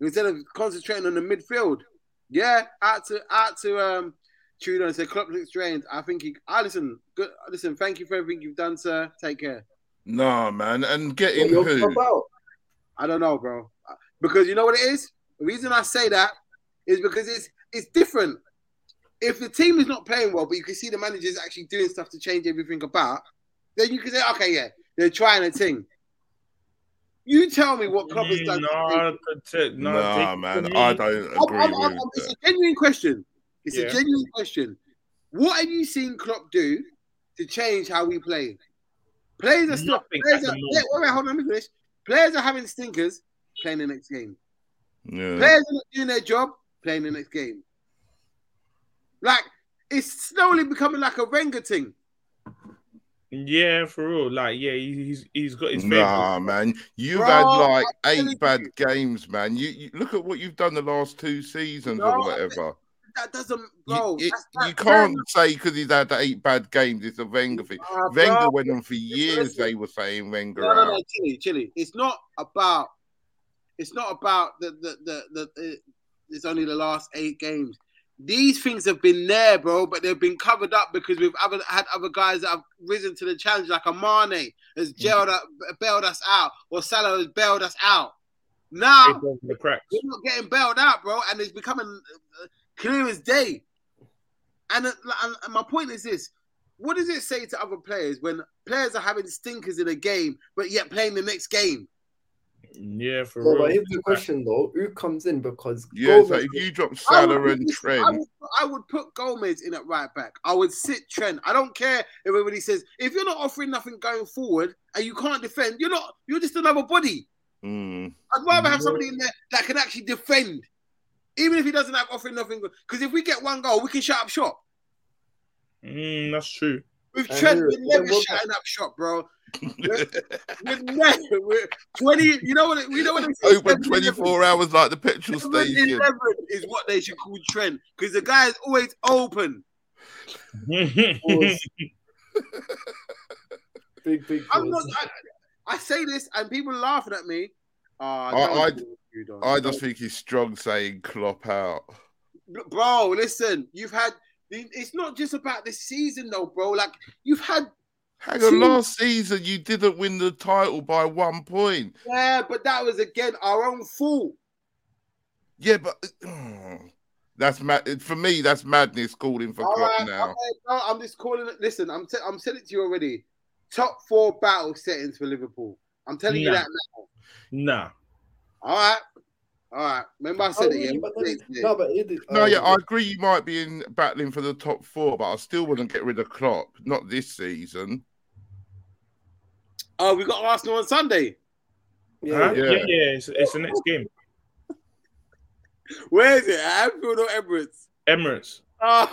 [SPEAKER 1] instead of concentrating on the midfield. Yeah, out to out to um Trudeau and said Klopp looks drained. I think he. I listen. Good. Listen. Thank you for everything you've done, sir. Take care.
[SPEAKER 8] Nah, man, and
[SPEAKER 7] Well,
[SPEAKER 8] getting
[SPEAKER 7] you're
[SPEAKER 8] who?
[SPEAKER 7] Klopp out.
[SPEAKER 1] I don't know, bro. Because you know what it is. The reason I say that is because it's it's different. If the team is not playing well, but you can see the manager's actually doing stuff to change everything about, then you can say, okay, yeah, they're trying a thing. You tell me what Klopp has done. to change
[SPEAKER 4] Mm, Nah, protect- nah,
[SPEAKER 8] Nah,
[SPEAKER 4] take-
[SPEAKER 8] man, I don't agree
[SPEAKER 1] I'm- I'm- I'm-
[SPEAKER 8] with
[SPEAKER 1] it's
[SPEAKER 8] that.
[SPEAKER 1] a genuine question. It's
[SPEAKER 4] Yeah.
[SPEAKER 1] a genuine question. What have you seen Klopp do to change how we play? Players are still
[SPEAKER 4] Nothing
[SPEAKER 1] players
[SPEAKER 4] at
[SPEAKER 1] are,
[SPEAKER 4] the
[SPEAKER 1] yeah, wait, wait, hold on, let me finish. Players are having stinkers, playing the next game.
[SPEAKER 8] Yeah.
[SPEAKER 1] Players are not doing their job, playing the next game. Like it's slowly becoming like a Wenger thing.
[SPEAKER 4] Yeah, for real. Like, yeah, he- he's he's got his
[SPEAKER 8] Nah, man, you've
[SPEAKER 1] Bro,
[SPEAKER 8] had like
[SPEAKER 1] I'm
[SPEAKER 8] eight bad
[SPEAKER 1] telling
[SPEAKER 8] games, man. You, you look at what you've done the last two seasons
[SPEAKER 1] No,
[SPEAKER 8] or whatever.
[SPEAKER 1] That doesn't,
[SPEAKER 8] You-
[SPEAKER 1] bro.
[SPEAKER 8] it-
[SPEAKER 1] that's not
[SPEAKER 8] you can't say because he's had eight bad games. It's a Wenger thing.
[SPEAKER 1] fair, bro.
[SPEAKER 8] Wenger went on for years. They were saying Wenger
[SPEAKER 1] No, no,
[SPEAKER 8] out.
[SPEAKER 1] no, chilly, chilly. It's not about. It's not about the the the. the, the it's only the last eight games. These things have been there, bro, but they've been covered up because we've other, had other guys that have risen to the challenge, like Amane has jailed us, bailed us out, or Salah has bailed us out.
[SPEAKER 4] faith
[SPEAKER 1] Now
[SPEAKER 4] over the cracks.
[SPEAKER 1] we're not getting bailed out, bro, and it's becoming uh, clear as day. And, uh, and and my point is this: what does it say to other players when players are having stinkers in a game, but yet playing the next game?
[SPEAKER 4] Yeah, for
[SPEAKER 7] No,
[SPEAKER 4] real.
[SPEAKER 7] but here's the question though: Who comes in because
[SPEAKER 8] Yeah, so
[SPEAKER 7] Gomez-
[SPEAKER 8] if you drop
[SPEAKER 1] I
[SPEAKER 8] Salah
[SPEAKER 1] would-
[SPEAKER 8] and
[SPEAKER 1] I
[SPEAKER 8] Trent,
[SPEAKER 1] would, I would put Gomez in at right back. I would sit Trent. I don't care if everybody says if you're not offering nothing going forward and you can't defend, you're not. You're just another body.
[SPEAKER 8] mm,
[SPEAKER 1] I'd rather have somebody in there that can actually defend, even if he doesn't have offering nothing. Because if we get one goal, we can shut up shop.
[SPEAKER 4] Mm, that's true.
[SPEAKER 1] With
[SPEAKER 7] I
[SPEAKER 1] Trent,
[SPEAKER 7] hear
[SPEAKER 1] we're
[SPEAKER 7] it.
[SPEAKER 1] never
[SPEAKER 7] Yeah, what-
[SPEAKER 1] shutting up shop, bro. We're never. We're twenty. You know what? You know what? They say,
[SPEAKER 8] open 24 hours like the petrol
[SPEAKER 1] 7-Eleven
[SPEAKER 8] station.
[SPEAKER 1] is what they should call Trent because the guy is always open.
[SPEAKER 7] Pause. big, big.
[SPEAKER 1] I'm not.
[SPEAKER 7] pause.
[SPEAKER 1] I, I say this and people laughing at me. Oh,
[SPEAKER 8] I-
[SPEAKER 1] don't
[SPEAKER 8] I-
[SPEAKER 1] do it, you don't.
[SPEAKER 8] I just think he's strong saying Klopp out.
[SPEAKER 1] bro, listen, you've had. It's not just about this season though, bro. Like you've had.
[SPEAKER 8] Hang on, last season you didn't win the title by one point.
[SPEAKER 1] Yeah, but that was again our own fault.
[SPEAKER 8] Yeah, but that's mad. For me, that's madness calling for
[SPEAKER 1] All
[SPEAKER 8] cop
[SPEAKER 1] right,
[SPEAKER 8] now.
[SPEAKER 1] okay, no, I'm just calling it. Listen, I'm i I'm saying it to you already. Top four battle settings for Liverpool. I'm telling you
[SPEAKER 4] Yeah.
[SPEAKER 1] that now.
[SPEAKER 4] Nah.
[SPEAKER 1] All right, all right. Remember I said
[SPEAKER 7] Oh,
[SPEAKER 1] it. Yeah.
[SPEAKER 7] but
[SPEAKER 1] I'm saying
[SPEAKER 7] then-
[SPEAKER 1] it.
[SPEAKER 7] no, but it is.
[SPEAKER 8] No,
[SPEAKER 7] oh,
[SPEAKER 8] yeah, I agree. You might be in battling for the top four, but I still wouldn't get rid of Klopp. Not this season.
[SPEAKER 1] Oh, we got Arsenal on Sunday.
[SPEAKER 4] Huh?
[SPEAKER 7] yeah,
[SPEAKER 4] Yeah,
[SPEAKER 8] Yeah.
[SPEAKER 4] yeah, It's, it's the next game.
[SPEAKER 1] Where is it? At Anfield or Emirates?
[SPEAKER 4] Emirates.
[SPEAKER 1] Oh,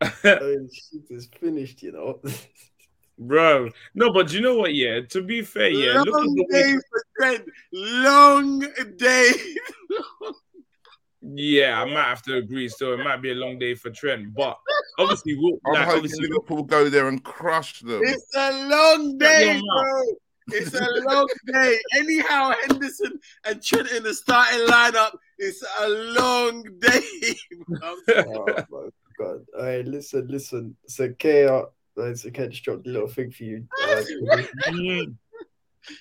[SPEAKER 7] oh, shit is finished, you know.
[SPEAKER 4] Bro, no, but you know what? Yeah, to be fair, yeah, look at
[SPEAKER 1] long
[SPEAKER 4] the
[SPEAKER 1] day
[SPEAKER 4] way,
[SPEAKER 1] for Trent. Long day.
[SPEAKER 4] yeah, I might have to agree. So it might be a long day for Trent, but obviously, we'll,
[SPEAKER 8] I'm
[SPEAKER 4] like,
[SPEAKER 8] hoping
[SPEAKER 4] obviously,
[SPEAKER 8] Liverpool go there and crush them.
[SPEAKER 1] It's a long day,
[SPEAKER 4] Shut your mouth.
[SPEAKER 1] bro. It's a long day. Anyhow, Henderson and Trent in the starting lineup. It's a long day. bro.
[SPEAKER 7] oh my god! All right, listen, listen. So KR, it's okay. Just dropped a little thing for you. Uh,
[SPEAKER 4] Mm,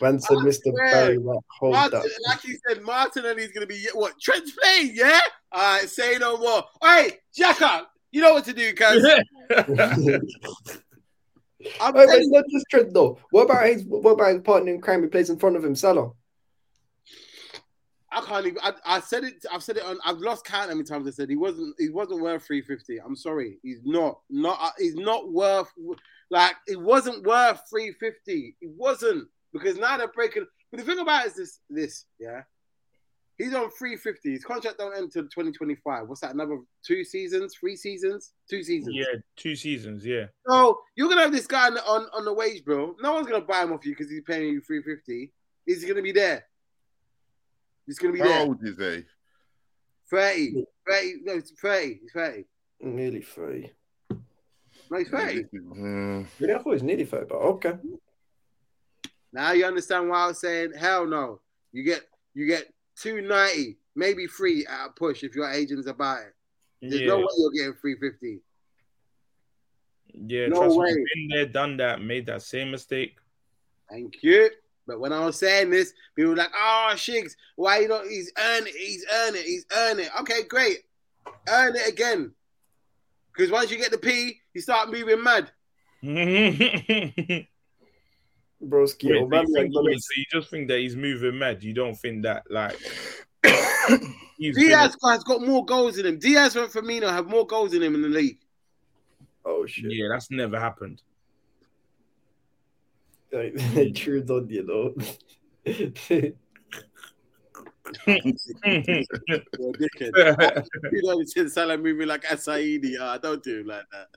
[SPEAKER 7] Man said,
[SPEAKER 1] I
[SPEAKER 7] Mr.
[SPEAKER 1] swear.
[SPEAKER 7] Barry, like, hold
[SPEAKER 1] Martin,
[SPEAKER 7] up.
[SPEAKER 1] like you said, Martinelli's gonna be what Trent's playing, yeah. All right, say no more. All right, Jacka, you know what to do, cuz I'm
[SPEAKER 7] Wait, wait,
[SPEAKER 1] telling
[SPEAKER 7] it's not just Trent though. What about his what about his partner in crime he plays in front of him, Salah?
[SPEAKER 1] I can't even. I, I said it. I've said it on. I've lost count how many times I said he wasn't. He wasn't worth three fifty. I'm sorry. He's not. Not. uh, He's not worth. Like it wasn't worth three fifty. It wasn't because now they're breaking. But the thing about it is this. This. Yeah. He's on three fifty. His contract don't end till twenty twenty five. What's that? Another two seasons? Three seasons? Two seasons?
[SPEAKER 4] yeah, two seasons. Yeah,
[SPEAKER 1] So you're gonna have this guy on on, on the wage, bro. No one's gonna buy him off you because he's paying you three fifty. He's gonna be there. He's gonna be there.
[SPEAKER 8] How old is he?
[SPEAKER 1] 30. 30. No, it's 30. It's 30.
[SPEAKER 7] Nearly three.
[SPEAKER 1] No, it's 30.
[SPEAKER 8] Mm.
[SPEAKER 7] Really, I thought it was nearly three, but okay.
[SPEAKER 1] Now you understand why I was saying, hell no. You get you get 290, maybe free at a push if your agent's about it. There's
[SPEAKER 4] yeah,
[SPEAKER 1] no way you're getting 350.
[SPEAKER 4] yeah.
[SPEAKER 1] no
[SPEAKER 4] trust
[SPEAKER 1] way.
[SPEAKER 4] me, been there, done that, made that same mistake.
[SPEAKER 1] Thank you. But when I was saying this, people were like, oh Shigs, why you not he's earned it, he's earned it, he's earned it. Okay, great. Earn it again. Because once you get the P, you start moving mad.
[SPEAKER 4] Wait,
[SPEAKER 7] Broski, oh,
[SPEAKER 4] so you
[SPEAKER 7] Aubameyang
[SPEAKER 4] think-
[SPEAKER 7] gonna-
[SPEAKER 4] wait, so you just think that he's moving mad? You don't think that like he's
[SPEAKER 1] Diaz has got more goals in him. Diaz and Firmino have more goals in him in the league.
[SPEAKER 7] Oh
[SPEAKER 4] finished-
[SPEAKER 7] shit!
[SPEAKER 4] Yeah, that's never happened.
[SPEAKER 7] Like, True done, you know.
[SPEAKER 1] You're a dickhead. you know, it's in Salah movie like Asaidi. Ah, don't do him like that.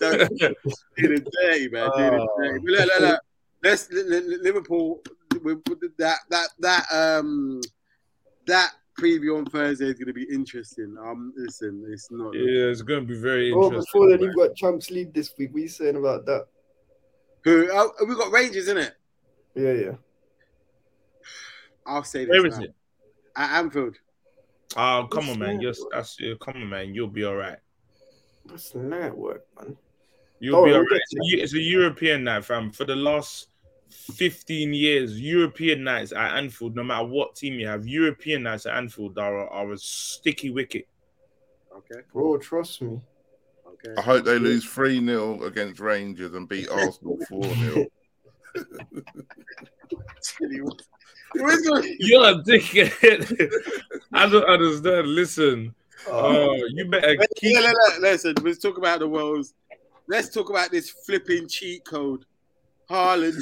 [SPEAKER 1] Don't do him dirty, man. Do
[SPEAKER 4] Oh,
[SPEAKER 1] him dirty. But look, look, look. Let's Li- Li- Li- Liverpool. we- we- That that that um that preview on Thursday is going to be interesting. Um, listen, it's not.
[SPEAKER 4] Yeah, it's gonna be very
[SPEAKER 7] oh,
[SPEAKER 4] interesting.
[SPEAKER 7] before then,
[SPEAKER 4] man.
[SPEAKER 7] you've got Champs League this week. What are you saying about that?
[SPEAKER 1] Who? Oh, we got Rangers in it.
[SPEAKER 7] Yeah, yeah.
[SPEAKER 1] I'll say this.
[SPEAKER 4] Where is
[SPEAKER 1] now.
[SPEAKER 4] it?
[SPEAKER 1] At Anfield.
[SPEAKER 4] Oh, come on, man.
[SPEAKER 7] that?
[SPEAKER 4] You're, that's, yeah, come on, man. You'll be all right.
[SPEAKER 7] That's night work, man.
[SPEAKER 4] You'll
[SPEAKER 7] Oh,
[SPEAKER 4] be all
[SPEAKER 7] we'll
[SPEAKER 4] right.
[SPEAKER 7] get
[SPEAKER 4] It's
[SPEAKER 7] to
[SPEAKER 4] a, Eu- it's a European night, fam. For the last 15 years, European nights at Anfield, no matter what team you have, European nights at Anfield are, are a sticky wicket.
[SPEAKER 1] Okay.
[SPEAKER 7] Bro, trust me.
[SPEAKER 8] I
[SPEAKER 4] Oh.
[SPEAKER 1] Okay.
[SPEAKER 8] hope they lose 3 0 against Rangers and beat Arsenal 4 0.
[SPEAKER 4] You're a dickhead. I don't understand. Listen,
[SPEAKER 7] Oh,
[SPEAKER 4] uh, you better keep.
[SPEAKER 1] Yeah, look, look, listen, let's talk about the worlds. Let's talk about this flipping cheat code. Haaland.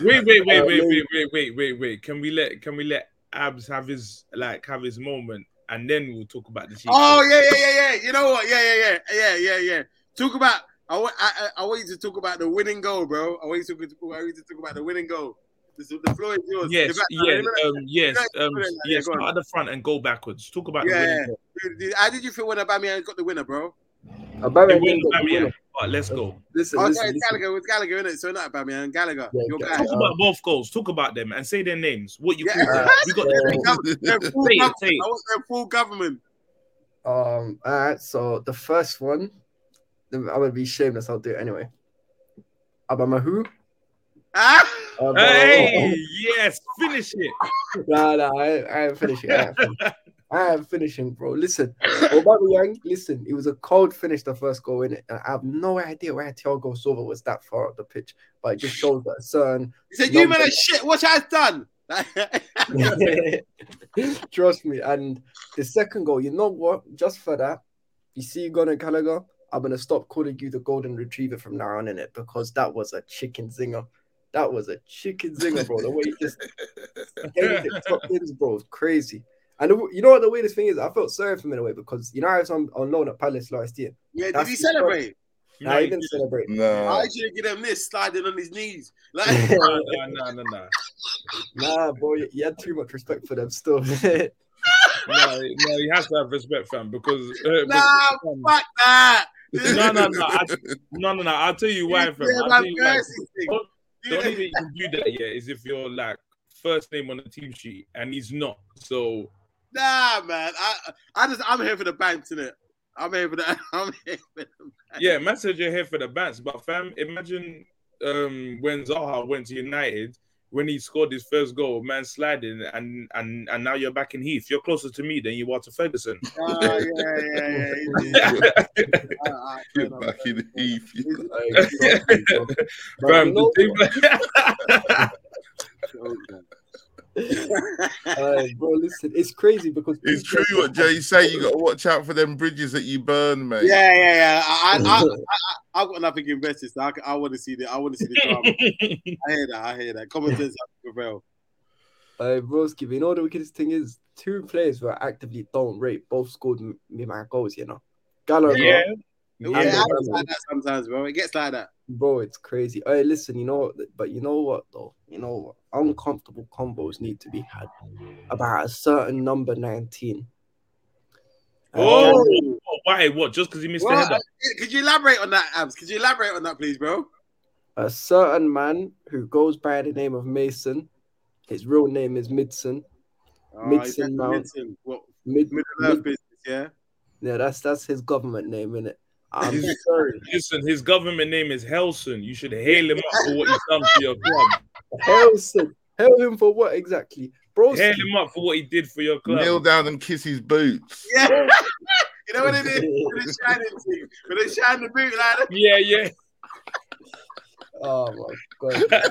[SPEAKER 4] Wait, wait,
[SPEAKER 1] Um,
[SPEAKER 4] wait, wait, wait, wait, wait, wait, wait. Can we let Can we let Abs have his like have his moment, and then we'll talk about the. cheat
[SPEAKER 1] oh
[SPEAKER 4] code?
[SPEAKER 1] yeah, yeah, yeah, yeah. You know what? Yeah, yeah, yeah, yeah, yeah, yeah. Talk about. I want. I, I, I want you to talk about the winning goal, bro. I want you to. I want you to talk about the winning goal. This, the floor is yours.
[SPEAKER 4] Yes,
[SPEAKER 1] In fact,
[SPEAKER 4] yeah, um, yes,
[SPEAKER 1] Go ahead,
[SPEAKER 4] um,
[SPEAKER 1] go ahead, yeah,
[SPEAKER 4] yes.
[SPEAKER 1] go on.
[SPEAKER 4] Start at the front and go backwards. Talk about
[SPEAKER 1] Yeah,
[SPEAKER 4] the winning goal.
[SPEAKER 1] dude, dude, How did you feel when Aubameyang got the winner, bro?
[SPEAKER 7] Aubameyang
[SPEAKER 4] They win
[SPEAKER 7] got the
[SPEAKER 4] Aubameyang.
[SPEAKER 7] winner.
[SPEAKER 4] All right, let's go.
[SPEAKER 7] Listen,
[SPEAKER 1] Oh,
[SPEAKER 7] listen,
[SPEAKER 1] sorry,
[SPEAKER 7] listen.
[SPEAKER 1] Gallagher. It's Gallagher, isn't it? So not Aubameyang. Gallagher.
[SPEAKER 7] Yeah,
[SPEAKER 1] You're
[SPEAKER 7] Gallagher.
[SPEAKER 1] back.
[SPEAKER 4] Talk about both goals. Talk about them and say their names. What you
[SPEAKER 1] Yeah.
[SPEAKER 4] call them? We got
[SPEAKER 7] Yeah.
[SPEAKER 4] them.
[SPEAKER 1] They're full
[SPEAKER 4] Say it,
[SPEAKER 1] government.
[SPEAKER 4] say it.
[SPEAKER 1] I want their full government.
[SPEAKER 7] Um, all right, so the first one, I'm gonna be shameless, I'll do it anyway. Abamahu.
[SPEAKER 1] Ah!
[SPEAKER 7] Abba-
[SPEAKER 4] Hey, yes, finish it.
[SPEAKER 7] Nah, nah, I, I am finishing. I am, finishing. I am finishing, bro. Listen, Aubameyang, listen, it was a cold finish the first goal in it, and I have no idea where Thiago Silva was that far up the pitch, but it just shows that a certain.
[SPEAKER 1] He said, "You
[SPEAKER 7] No,
[SPEAKER 1] man,
[SPEAKER 7] but-
[SPEAKER 1] that shit. What I've done."
[SPEAKER 7] Trust me. And the second goal, you know what? Just for that, you see, Conor Gallagher. I'm gonna stop calling you the golden retriever from now on in it because that was a chicken zinger. That was a chicken zinger, bro. The way he just Everything top ends, bro. It's crazy. And the, you know what the weirdest thing is? I felt sorry for him in a way because you know I was on, on loan at Palace last year.
[SPEAKER 1] yeah, did
[SPEAKER 7] That's
[SPEAKER 1] he
[SPEAKER 7] the
[SPEAKER 1] celebrate?
[SPEAKER 7] No, I didn't celebrate.
[SPEAKER 1] I
[SPEAKER 8] No.
[SPEAKER 1] should have given him this, sliding on his knees. Like,
[SPEAKER 4] No, no, no, no, no.
[SPEAKER 7] Nah, boy, you had too much respect for them still.
[SPEAKER 4] No, no, he has to have respect for him because.
[SPEAKER 1] nah,
[SPEAKER 4] Uh, because-
[SPEAKER 1] fuck that.
[SPEAKER 4] no, no, no, I, no, no, no. I'll tell you why, fam.
[SPEAKER 1] Yeah,
[SPEAKER 4] I'll
[SPEAKER 1] my
[SPEAKER 4] tell you why.
[SPEAKER 1] Percy thing.
[SPEAKER 4] Oh, The only
[SPEAKER 1] Yeah.
[SPEAKER 4] way you can do that, yeah, is if you're like first name on the team sheet, and he's not. So
[SPEAKER 1] Nah, man. I, I just, I'm here for the banks in it. I'm here for the. I'm here for the
[SPEAKER 4] yeah, man said you're here for the bats, but fam, imagine um when Zaha went to United when he scored his first goal, man sliding, and and and now you're back in Heath. You're closer to me than you are to Ferguson.
[SPEAKER 1] Oh, yeah, yeah, yeah. All right, fair
[SPEAKER 8] You're
[SPEAKER 1] enough.
[SPEAKER 8] back in the Heath.
[SPEAKER 1] It's-
[SPEAKER 7] But
[SPEAKER 4] Fam,
[SPEAKER 7] you know-
[SPEAKER 4] the thing-
[SPEAKER 1] it's over.
[SPEAKER 7] Uh, bro, listen, it's crazy because
[SPEAKER 8] It's true what Jay say. You got to watch out for them bridges that you burn, mate.
[SPEAKER 1] Yeah, yeah, yeah. I, I, I, I've got nothing invested, so I, c- I want to see the, I want to see the drama. I hear that. I hear that. Common sense has to prevail.
[SPEAKER 7] Uh, Broski, you know what the wickedest thing is? Two players who I actively don't rate both scored m- me my goals, you know. Gallagher,
[SPEAKER 4] yeah, Oh,
[SPEAKER 1] Yeah,
[SPEAKER 7] And-
[SPEAKER 1] it happens like that sometimes, bro. It gets like that.
[SPEAKER 7] bro, it's crazy. Hey, listen, you know what? But you know what, though? You know what? Uncomfortable combos need to be had about a certain number 19.
[SPEAKER 4] Oh,
[SPEAKER 7] Um,
[SPEAKER 4] why? What? Just because he missed the
[SPEAKER 1] Well,
[SPEAKER 4] header?
[SPEAKER 1] uh, could you elaborate on that, Abs? Could you elaborate on that, please, bro?
[SPEAKER 7] a certain man who goes by the name of Mason. His real name is Midson.
[SPEAKER 1] Oh, he's
[SPEAKER 7] Midson Mount.
[SPEAKER 1] Midson. What
[SPEAKER 7] Mid-
[SPEAKER 1] middle
[SPEAKER 7] Mid-
[SPEAKER 1] earth business? Yeah.
[SPEAKER 7] yeah, that's that's his government name, innit? I'm sorry.
[SPEAKER 4] Listen, his government name is Helson. You should hail him up for what he's done for your club.
[SPEAKER 7] Harrison. Hail him for what exactly? Bro,
[SPEAKER 4] Hail him up for what he did for your
[SPEAKER 8] Kneel
[SPEAKER 4] club.
[SPEAKER 8] down and kiss his boots.
[SPEAKER 1] Yeah. you know what it is? With the shining thing. With the shining boot like that.
[SPEAKER 4] Yeah, yeah.
[SPEAKER 7] Oh my god,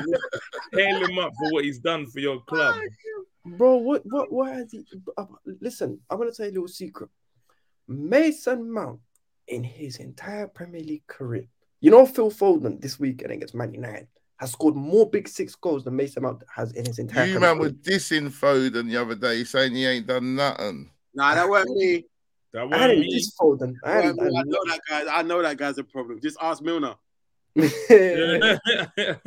[SPEAKER 4] Hail him up for what he's done for your club.
[SPEAKER 7] bro! What? What? Why has he? uh, Listen, I'm gonna tell you a little secret. Mason Mount, in his entire Premier League career, you know Phil Foden this weekend against Man United has scored more big six goals than Mason Mount has in his entire.
[SPEAKER 8] You
[SPEAKER 7] Premier
[SPEAKER 8] man was
[SPEAKER 7] League.
[SPEAKER 8] dissing Foden the other day, saying he ain't done nothing.
[SPEAKER 1] Nah, that weren't me.
[SPEAKER 4] That
[SPEAKER 7] I
[SPEAKER 4] was
[SPEAKER 7] didn't
[SPEAKER 4] me.
[SPEAKER 7] diss Foden. I
[SPEAKER 1] I,
[SPEAKER 7] didn't.
[SPEAKER 1] know, I know that guy. I know that guy's a problem. Just ask Milner.
[SPEAKER 4] Yeah.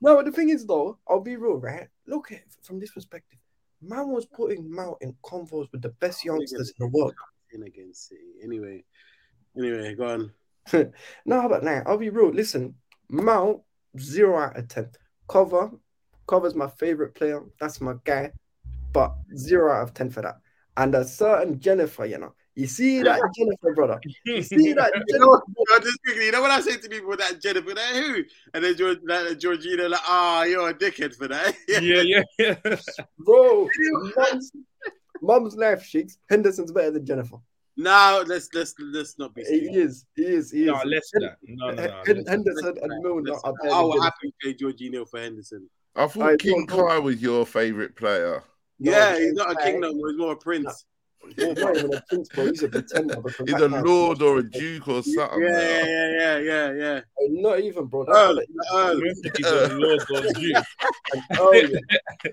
[SPEAKER 7] No, but the thing is, though, I'll be real, right? Look at it from this perspective. Man was putting Mount in convos with the best youngsters in the world.
[SPEAKER 1] In against City. Anyway. Anyway, go on.
[SPEAKER 7] No, but now I'll be real. Listen, Mount zero out of ten. Cover, cover's my favorite player. That's my guy, but zero out of ten for that. And a certain Jennifer, you know, you see that Jennifer brother, you see that
[SPEAKER 1] You know, what- you
[SPEAKER 7] Jennifer.
[SPEAKER 1] know, just quickly, you know what I say to people that Jennifer, that who? And then George, that Georgina, like, ah, you're a dickhead for that.
[SPEAKER 4] yeah, yeah, yeah.
[SPEAKER 7] Bro, mum's, mum's life shakes. Henderson's better than Jennifer.
[SPEAKER 1] No, let's let's let's not be.
[SPEAKER 7] He
[SPEAKER 1] stupid.
[SPEAKER 7] is, he is, he is.
[SPEAKER 4] No, less than that. No, no, no.
[SPEAKER 7] Hen-
[SPEAKER 4] less than that.
[SPEAKER 7] Eh, Henderson and Milner
[SPEAKER 1] Let's-
[SPEAKER 7] are better
[SPEAKER 1] I will
[SPEAKER 7] than
[SPEAKER 1] happily play Jorginho for Henderson.
[SPEAKER 8] I thought
[SPEAKER 7] Alright,
[SPEAKER 8] King
[SPEAKER 7] go on, go on.
[SPEAKER 8] Kai was your favourite player.
[SPEAKER 7] No,
[SPEAKER 1] yeah,
[SPEAKER 7] he's
[SPEAKER 1] he's not a
[SPEAKER 7] right.
[SPEAKER 1] king no more. He's more a prince.
[SPEAKER 7] He's not even a prince, bro. He's a pretender. because
[SPEAKER 8] He's
[SPEAKER 7] that
[SPEAKER 8] a
[SPEAKER 7] guy-
[SPEAKER 8] lord or a duke or
[SPEAKER 1] Yeah,
[SPEAKER 8] something.
[SPEAKER 1] yeah, yeah, yeah, yeah, yeah.
[SPEAKER 7] Not even, bro. That
[SPEAKER 1] Earl,
[SPEAKER 7] fella-
[SPEAKER 1] Earl.
[SPEAKER 4] Man said he's a Lord God Duke.
[SPEAKER 7] Oh, yeah.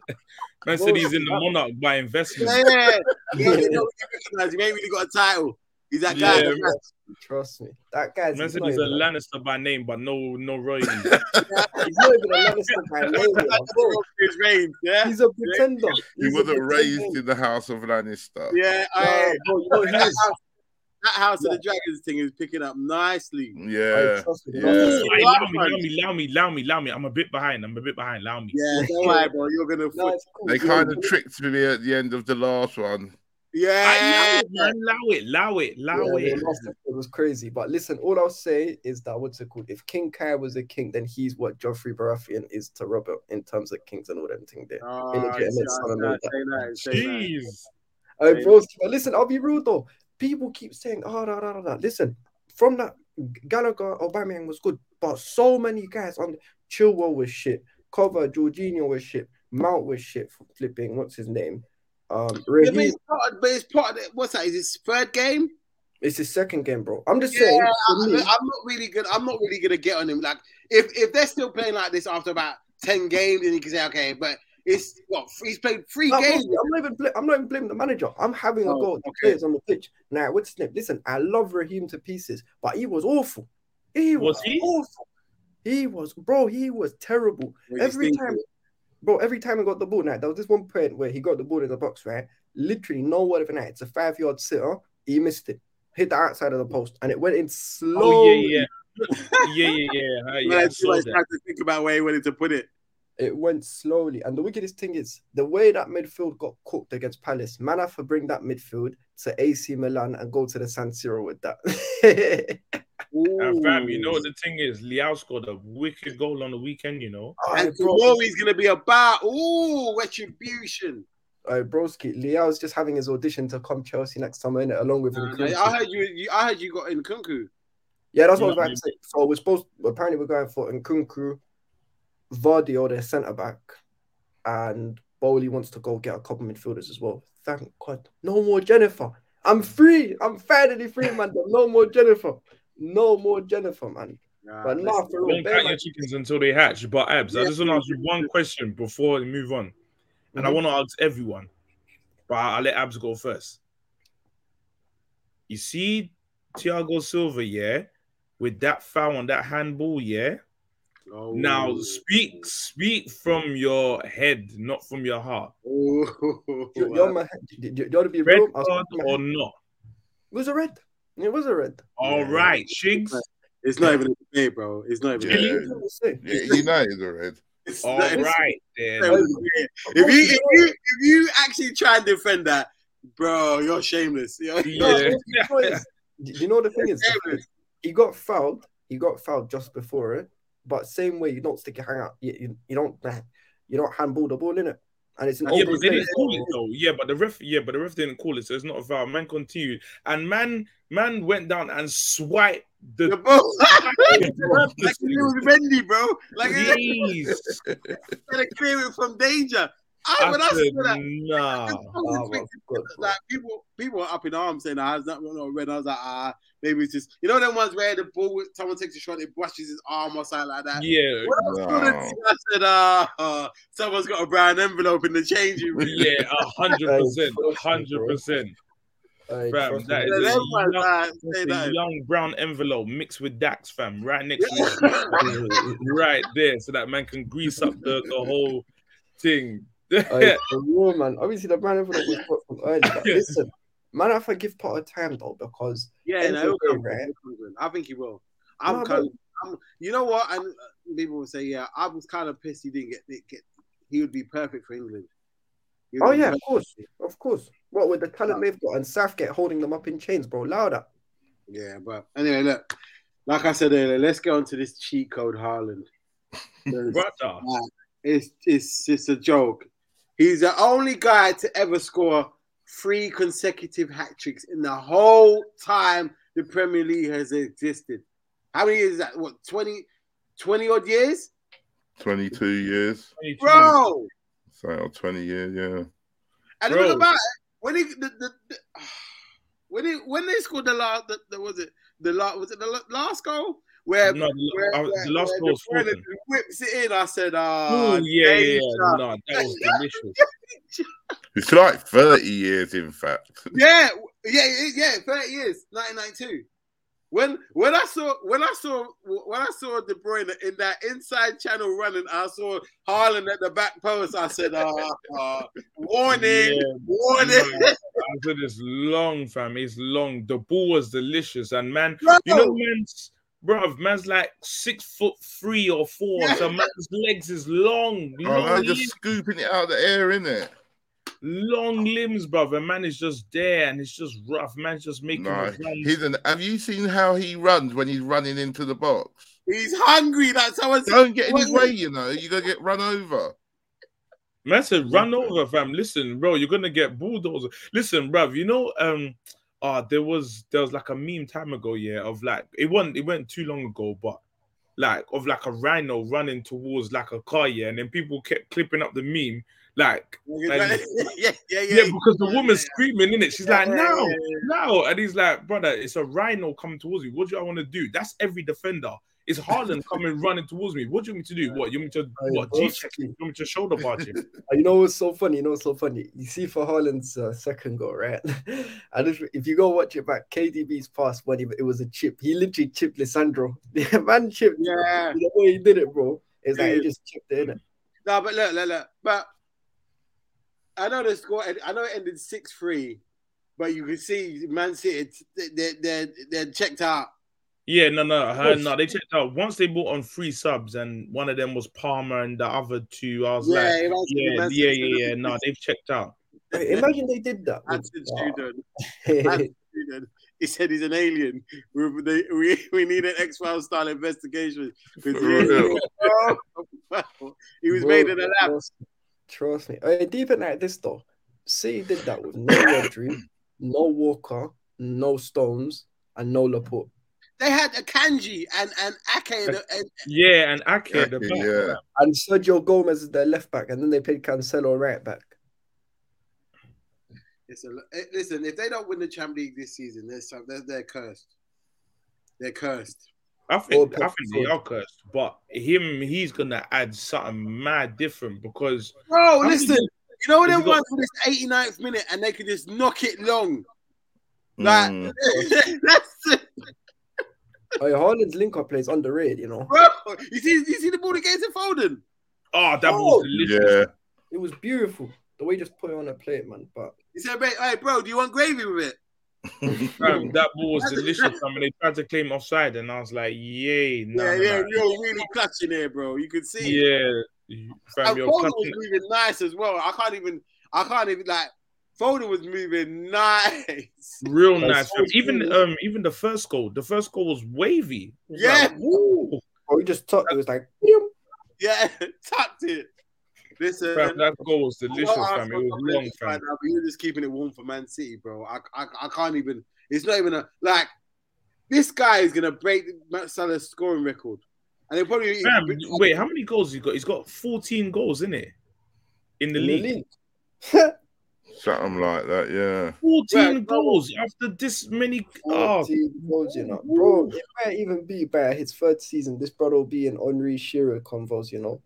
[SPEAKER 4] Man said he's in the monarch by investment.
[SPEAKER 1] Yeah, yeah. You know, you recognize him. He ain't really got a title. He's that guy.
[SPEAKER 4] Yeah.
[SPEAKER 7] Trust me, that guy's
[SPEAKER 4] Man
[SPEAKER 7] he's
[SPEAKER 4] said
[SPEAKER 7] not,
[SPEAKER 4] he's a
[SPEAKER 7] even,
[SPEAKER 4] Lannister by name, but no, no royalty.
[SPEAKER 7] he's not even a Lannister by name, you know, bro.
[SPEAKER 1] His reign, yeah,
[SPEAKER 7] He's a pretender.
[SPEAKER 8] He
[SPEAKER 7] He's a
[SPEAKER 8] wasn't
[SPEAKER 7] pretender.
[SPEAKER 8] raised in the house of Lannister.
[SPEAKER 1] yeah.
[SPEAKER 7] Nah,
[SPEAKER 1] I,
[SPEAKER 7] bro, you know, he
[SPEAKER 1] that's,
[SPEAKER 7] is-
[SPEAKER 1] how, that House of the Dragons thing is picking up nicely.
[SPEAKER 8] Yeah.
[SPEAKER 7] Trust me,
[SPEAKER 8] Yeah.
[SPEAKER 4] Allow me, allow me, allow me, allow me, allow me. I'm a bit behind. I'm a bit behind. Allow me.
[SPEAKER 1] Yeah, don't worry, bro. You're gonna.
[SPEAKER 7] No,
[SPEAKER 1] foot-
[SPEAKER 7] it's cool.
[SPEAKER 8] They
[SPEAKER 7] You know,
[SPEAKER 8] kind of tricked me at the end of the last one.
[SPEAKER 1] Yeah,
[SPEAKER 4] Allow it, man. Allow it, allow it, allow
[SPEAKER 7] Yeah,
[SPEAKER 4] it.
[SPEAKER 7] the last episode was crazy. But listen, all I'll say is that what's it called? If King Kai was a king, then he's what Joffrey Baratheon is to Robert in terms of kings and all them thing there.
[SPEAKER 1] Oh,
[SPEAKER 7] Illegitimate
[SPEAKER 1] say
[SPEAKER 7] son of
[SPEAKER 1] that,
[SPEAKER 7] a-
[SPEAKER 1] say that, say that.
[SPEAKER 4] Jeez.
[SPEAKER 7] Uh,
[SPEAKER 1] Yeah.
[SPEAKER 7] bro, but listen, I'll be real though. People keep saying, oh, no, no, no, no. Listen, from that, Gallagher, Aubameyang was good, but so many guys on Chilwell was shit. Cover, Jorginho was shit. Mount was shit for flipping. What's his name? Um,
[SPEAKER 1] Yeah, but
[SPEAKER 7] Raheem.
[SPEAKER 1] it's part. Of, but it's part. Of, the- what's that? Is his third game?
[SPEAKER 7] It's his second game, bro. I'm just
[SPEAKER 1] Yeah,
[SPEAKER 7] saying.
[SPEAKER 1] I,
[SPEAKER 7] for
[SPEAKER 1] am
[SPEAKER 7] me-
[SPEAKER 1] not really gonna. I'm not really gonna get on him. Like if if they're still playing like this after about ten games, then you can say okay. But it's what he's played three
[SPEAKER 7] No,
[SPEAKER 1] games.
[SPEAKER 7] honestly, I'm not even bl- I'm not even blaming the manager. I'm having
[SPEAKER 1] Oh,
[SPEAKER 7] a go at the
[SPEAKER 1] okay.
[SPEAKER 7] players on the pitch. Now, what's his name? Listen, I love Raheem to pieces, but he was awful. He was,
[SPEAKER 4] Was he?
[SPEAKER 7] awful. He was, bro. He was terrible. every time, bro. Every time he got the ball, now there was this one point where he got the ball in the box, right? Literally, no word of an ad. It's a five yard sitter. He missed it, hit the outside of the post, and it went in slow.
[SPEAKER 4] Oh yeah, yeah, yeah, yeah, yeah.
[SPEAKER 1] Yeah,
[SPEAKER 4] I, yeah I
[SPEAKER 1] I
[SPEAKER 4] saw that.
[SPEAKER 1] to think about where he wanted to put it.
[SPEAKER 7] It went slowly. And the wickedest thing is the way that midfield got cooked against Palace, man have to bring that midfield to AC Milan and go to the San Siro with that.
[SPEAKER 4] And Uh, fam, you know
[SPEAKER 1] oh.
[SPEAKER 4] what the thing is? Liao scored a wicked goal on the weekend. You know,
[SPEAKER 1] And
[SPEAKER 7] Alright, bro,
[SPEAKER 1] tomorrow he's gonna be about ooh retribution.
[SPEAKER 7] alright, broski. Leao's just having his audition to come Chelsea next summer, innit? Along with
[SPEAKER 1] Nah,
[SPEAKER 7] Nkunku.
[SPEAKER 1] nah, I heard you, you. I heard you got in Kunku.
[SPEAKER 7] Yeah, that's what I was
[SPEAKER 4] Yeah,
[SPEAKER 7] about to say. So we're supposed apparently we're going for Nkunku, Vardy or their centre back, and Bowley wants to go get a couple midfielders as well. Thank God. No more Jennifer. I'm free. I'm finally free, man. No more Jennifer. No more Jennifer, man.
[SPEAKER 4] Uh,
[SPEAKER 7] But nah, for real.
[SPEAKER 4] don't
[SPEAKER 7] Oh, bear
[SPEAKER 4] count
[SPEAKER 7] man-
[SPEAKER 4] your chickens until they hatch. But Abs, I
[SPEAKER 1] Yeah.
[SPEAKER 4] just want to ask you one question before we move on, and I
[SPEAKER 7] Mhm.
[SPEAKER 4] want to ask everyone, but I'll let Abs go first. You see, Thiago Silva, yeah, with that foul on that handball, yeah.
[SPEAKER 1] Oh.
[SPEAKER 4] Now speak, speak from your head, not from your heart.
[SPEAKER 1] Ooh.
[SPEAKER 7] You- You're my you- you- you're to be
[SPEAKER 4] Red
[SPEAKER 7] real. I was-
[SPEAKER 4] card or not?
[SPEAKER 7] It was a red. It was a red.
[SPEAKER 4] All
[SPEAKER 1] Yeah.
[SPEAKER 4] right, Shigs.
[SPEAKER 1] It's not even a debate, bro. It's not even. a debate.
[SPEAKER 8] Yeah.
[SPEAKER 7] What do you wanna say?
[SPEAKER 8] Yeah, you know it's a red.
[SPEAKER 1] It's
[SPEAKER 4] All
[SPEAKER 1] not- it's-
[SPEAKER 4] right,
[SPEAKER 1] If
[SPEAKER 4] then.
[SPEAKER 1] you if you if you actually try and defend that, bro, you're shameless. You're,
[SPEAKER 7] No,
[SPEAKER 4] Yeah.
[SPEAKER 7] you know what it is? You know the thing is,
[SPEAKER 1] shameless.
[SPEAKER 7] he got fouled. He got fouled just before it. But same way, you don't stick your hand out. You, you, you don't you don't handball the ball in it, and it's an
[SPEAKER 4] Yeah,
[SPEAKER 7] open
[SPEAKER 4] but they
[SPEAKER 7] play.
[SPEAKER 4] didn't call
[SPEAKER 1] oh.
[SPEAKER 4] it though. Yeah, but the ref, yeah, but the ref didn't call it, so it's not a foul. Man continued, and man, man went down and swiped
[SPEAKER 1] The
[SPEAKER 4] the.
[SPEAKER 1] ball,
[SPEAKER 4] the
[SPEAKER 1] like it was Wendy, bro. Like it
[SPEAKER 4] Jeez,
[SPEAKER 1] gonna clear it from danger. I, when I
[SPEAKER 4] I
[SPEAKER 1] said
[SPEAKER 4] said,
[SPEAKER 1] that,
[SPEAKER 4] nah.
[SPEAKER 1] I was
[SPEAKER 7] Oh my
[SPEAKER 1] expecting-
[SPEAKER 7] God, bro.
[SPEAKER 1] like people, people were up in arms saying, "I was not not red." I was like, "Ah, maybe it's just you know them ones where the ball, someone takes a shot, it brushes his arm or something like that."
[SPEAKER 4] Yeah,
[SPEAKER 1] When I saw the
[SPEAKER 8] No.
[SPEAKER 1] team, I said, "Ah, ah, someone's got a brown envelope in the changing room."
[SPEAKER 4] yeah, a hundred percent, a hundred percent.
[SPEAKER 7] Like,
[SPEAKER 4] Fam,
[SPEAKER 7] trust
[SPEAKER 4] that
[SPEAKER 7] me.
[SPEAKER 4] is
[SPEAKER 1] Yeah,
[SPEAKER 4] a
[SPEAKER 1] them ones,
[SPEAKER 4] young-
[SPEAKER 1] ah, say
[SPEAKER 4] That's
[SPEAKER 1] that.
[SPEAKER 4] a young brown envelope mixed with Dax, fam, right next to it,
[SPEAKER 1] Yeah.
[SPEAKER 4] right there, so that man can grease up the, the whole thing.
[SPEAKER 7] Like, for real, man. Obviously, the man envelope was put from early. But listen, man, I forgive part of time though because
[SPEAKER 1] Yeah, no,
[SPEAKER 7] Enzo
[SPEAKER 1] he'll come,
[SPEAKER 7] Ferrer.
[SPEAKER 1] he'll come good. I think he will. I'm
[SPEAKER 7] No, I
[SPEAKER 1] kind of, I'm, you know what? And uh, people will say, yeah, I was kind of pissed he didn't get, get, get he would be perfect for England. He would
[SPEAKER 7] oh
[SPEAKER 1] be
[SPEAKER 7] yeah, of
[SPEAKER 1] perfect.
[SPEAKER 7] course, of course. What with the talent they've got and Southgate holding them up in chains, bro. Louder.
[SPEAKER 1] yeah. But anyway, look, like I said earlier, let's get on to this cheat code Haaland. it's,
[SPEAKER 4] Brother,
[SPEAKER 1] it's it's a joke. He's the only guy to ever score three consecutive hat tricks in the whole time the Premier League has existed. How many is that? What 20, 20 odd years?
[SPEAKER 8] 22 years.
[SPEAKER 4] 22.
[SPEAKER 1] bro.
[SPEAKER 8] So or 20 years, yeah.
[SPEAKER 1] And
[SPEAKER 4] Hmm. Bro.
[SPEAKER 1] what about it? when he the, the, the when he, when they scored the last the, the was it the last was it the la- last goal where
[SPEAKER 4] No, the- uh, the last
[SPEAKER 1] where
[SPEAKER 4] goal was
[SPEAKER 1] De Bruyne
[SPEAKER 4] Fulton.
[SPEAKER 1] whips it in? I said, uh, ah,
[SPEAKER 4] Oh yeah, yeah, yeah.
[SPEAKER 1] danger.
[SPEAKER 4] no, that was delicious.
[SPEAKER 8] It's like 30 years, in fact.
[SPEAKER 1] yeah, yeah, yeah, yeah, thirty years, nineteen ninety two. When when I saw when I saw when I saw De Bruyne in that inside channel running, I saw Haaland at the back post. I said, ah, ah, uh, warning,
[SPEAKER 4] Yeah,
[SPEAKER 1] warning.
[SPEAKER 4] no, I to this long, fam. It's long. The ball was delicious, and man, you know, man's bruv, man's like six foot three or four, so man's legs is long,
[SPEAKER 8] Oh,
[SPEAKER 4] long,
[SPEAKER 8] man,
[SPEAKER 4] lim-
[SPEAKER 8] just scooping it out of the air, innit?
[SPEAKER 4] long limbs, brother. Man is just there, and it's just rough. Man's just making
[SPEAKER 8] No,
[SPEAKER 4] the runs.
[SPEAKER 8] he's an, have you seen how he runs when he's running into the box?
[SPEAKER 1] He's hungry. That's how it's.
[SPEAKER 8] Don't get in his
[SPEAKER 1] Well,
[SPEAKER 8] way, you know. You're going to get run over.
[SPEAKER 4] Man said, run over, fam. Listen, bro, you're gonna get bulldozer. Listen, bruv, you know, um, uh there was there was like a meme time ago, yeah, of like it wasn't it went too long ago, but like of like a rhino running towards like a car, yeah, and then people kept clipping up the meme, like
[SPEAKER 1] yeah, yeah, yeah,
[SPEAKER 4] yeah, because the woman's screaming in it. She's like, no, no, and he's like, brother, it's a rhino coming towards me. What do I want to do? That's every defender. It's Harlan coming running towards me. What do you want me to do? What you want me to what? G check? You want me to shoulder barge him?
[SPEAKER 7] Uh, You know what's so funny? You know what's so funny? You see for Haaland's uh, second goal, right? and if, if you go watch it back, KDB's pass when he, it was a chip, he literally chipped Lissandro. The man chipped
[SPEAKER 1] Yeah.
[SPEAKER 7] the way he did it, bro. It's like he
[SPEAKER 1] Yeah.
[SPEAKER 7] just chipped it in.
[SPEAKER 1] No, but look, look, look. But I know the score. I know it ended six three, but you can see Man City. They're they're they're checked out.
[SPEAKER 4] Yeah, no, no, her, no. They checked out once they bought on three subs, and one of them was Palmer, and the other two, I was
[SPEAKER 1] Yeah,
[SPEAKER 4] like,
[SPEAKER 1] it must be
[SPEAKER 4] yeah,
[SPEAKER 1] Man
[SPEAKER 4] yeah,
[SPEAKER 1] City.
[SPEAKER 4] yeah, yeah. No, they've checked out.
[SPEAKER 7] Imagine they did that. with-
[SPEAKER 1] Anton Student.
[SPEAKER 7] Wow.
[SPEAKER 1] Anton Student. He said he's an alien. We, they, we, we need an X Files style investigation. With
[SPEAKER 8] For real.
[SPEAKER 1] he was
[SPEAKER 7] Bro,
[SPEAKER 1] made in a lab.
[SPEAKER 7] Trust, trust me. Uh, deeper like this though. City did that with no Rodri, no Walker, no Stones, and no Laporte.
[SPEAKER 1] They had a Kanji and and Ake. And, and,
[SPEAKER 4] Yeah, and Ake,
[SPEAKER 8] Yeah,
[SPEAKER 4] the back,
[SPEAKER 8] yeah.
[SPEAKER 7] And Sergio Gomez is their left back, and then they played Cancelo right back.
[SPEAKER 1] it's a, eh, listen, if they don't win the Champions League this season, they're some- they're, they're cursed. They're cursed.
[SPEAKER 4] I think
[SPEAKER 7] Or
[SPEAKER 4] I think they are cursed, but him, he's gonna add something mad different because
[SPEAKER 1] Bro,
[SPEAKER 4] How
[SPEAKER 1] Oh, listen.
[SPEAKER 4] many-
[SPEAKER 1] You know what they
[SPEAKER 4] Have you
[SPEAKER 1] want for this 89th minute, and they can just knock it long. Like
[SPEAKER 8] Mm.
[SPEAKER 1] that's it,
[SPEAKER 7] Oh, yeah, Haaland's link up play is underrated, you know.
[SPEAKER 1] bro. You see, you see the ball against Foden.
[SPEAKER 4] oh, that
[SPEAKER 7] Oh,
[SPEAKER 4] was delicious.
[SPEAKER 8] Yeah.
[SPEAKER 7] It was beautiful. The way he just put it on a plate, man. But
[SPEAKER 1] He said, "Mate, hey, bro, do you want gravy with it?"
[SPEAKER 4] Fam, that ball was delicious. I mean, they tried to claim offside, and I was like, yay, no,
[SPEAKER 1] yeah,
[SPEAKER 4] no,
[SPEAKER 1] yeah,
[SPEAKER 4] no.
[SPEAKER 1] you're really clutching there, bro. You can see.
[SPEAKER 4] yeah. Fam,
[SPEAKER 1] and
[SPEAKER 4] you're
[SPEAKER 1] Foden
[SPEAKER 4] clutching-
[SPEAKER 1] was moving nice as well. I can't even, I can't even like. Foden was moving nice.
[SPEAKER 4] real
[SPEAKER 7] That's
[SPEAKER 4] nice.
[SPEAKER 7] so
[SPEAKER 4] fam. Even
[SPEAKER 7] cool.
[SPEAKER 4] um, even the first goal, the first goal was wavy. It was
[SPEAKER 1] Yeah.
[SPEAKER 4] like, woo.
[SPEAKER 7] oh, he just tucked. It was like,
[SPEAKER 1] Yeah, tucked it. Listen,
[SPEAKER 4] Fam, that goal was
[SPEAKER 1] I know
[SPEAKER 4] delicious, fam. It
[SPEAKER 1] Arsenal
[SPEAKER 4] was
[SPEAKER 1] not
[SPEAKER 4] long,
[SPEAKER 1] winning right
[SPEAKER 4] fam.
[SPEAKER 1] now, but You're just keeping it warm for Man City, bro. I, I, I can't even. It's not even a like. This guy is gonna break Matt Salah's scoring record, and they probably
[SPEAKER 4] Fam, wait, how many goals he got? He's got 14 goals, in it? In the league.
[SPEAKER 8] Something like that, yeah.
[SPEAKER 4] 14
[SPEAKER 1] Right, go on.
[SPEAKER 4] goals after this many. Oh,
[SPEAKER 7] 14 goals, you know, bro. It might even be by his third season. This brother will be in Henri Shearer convos, you know.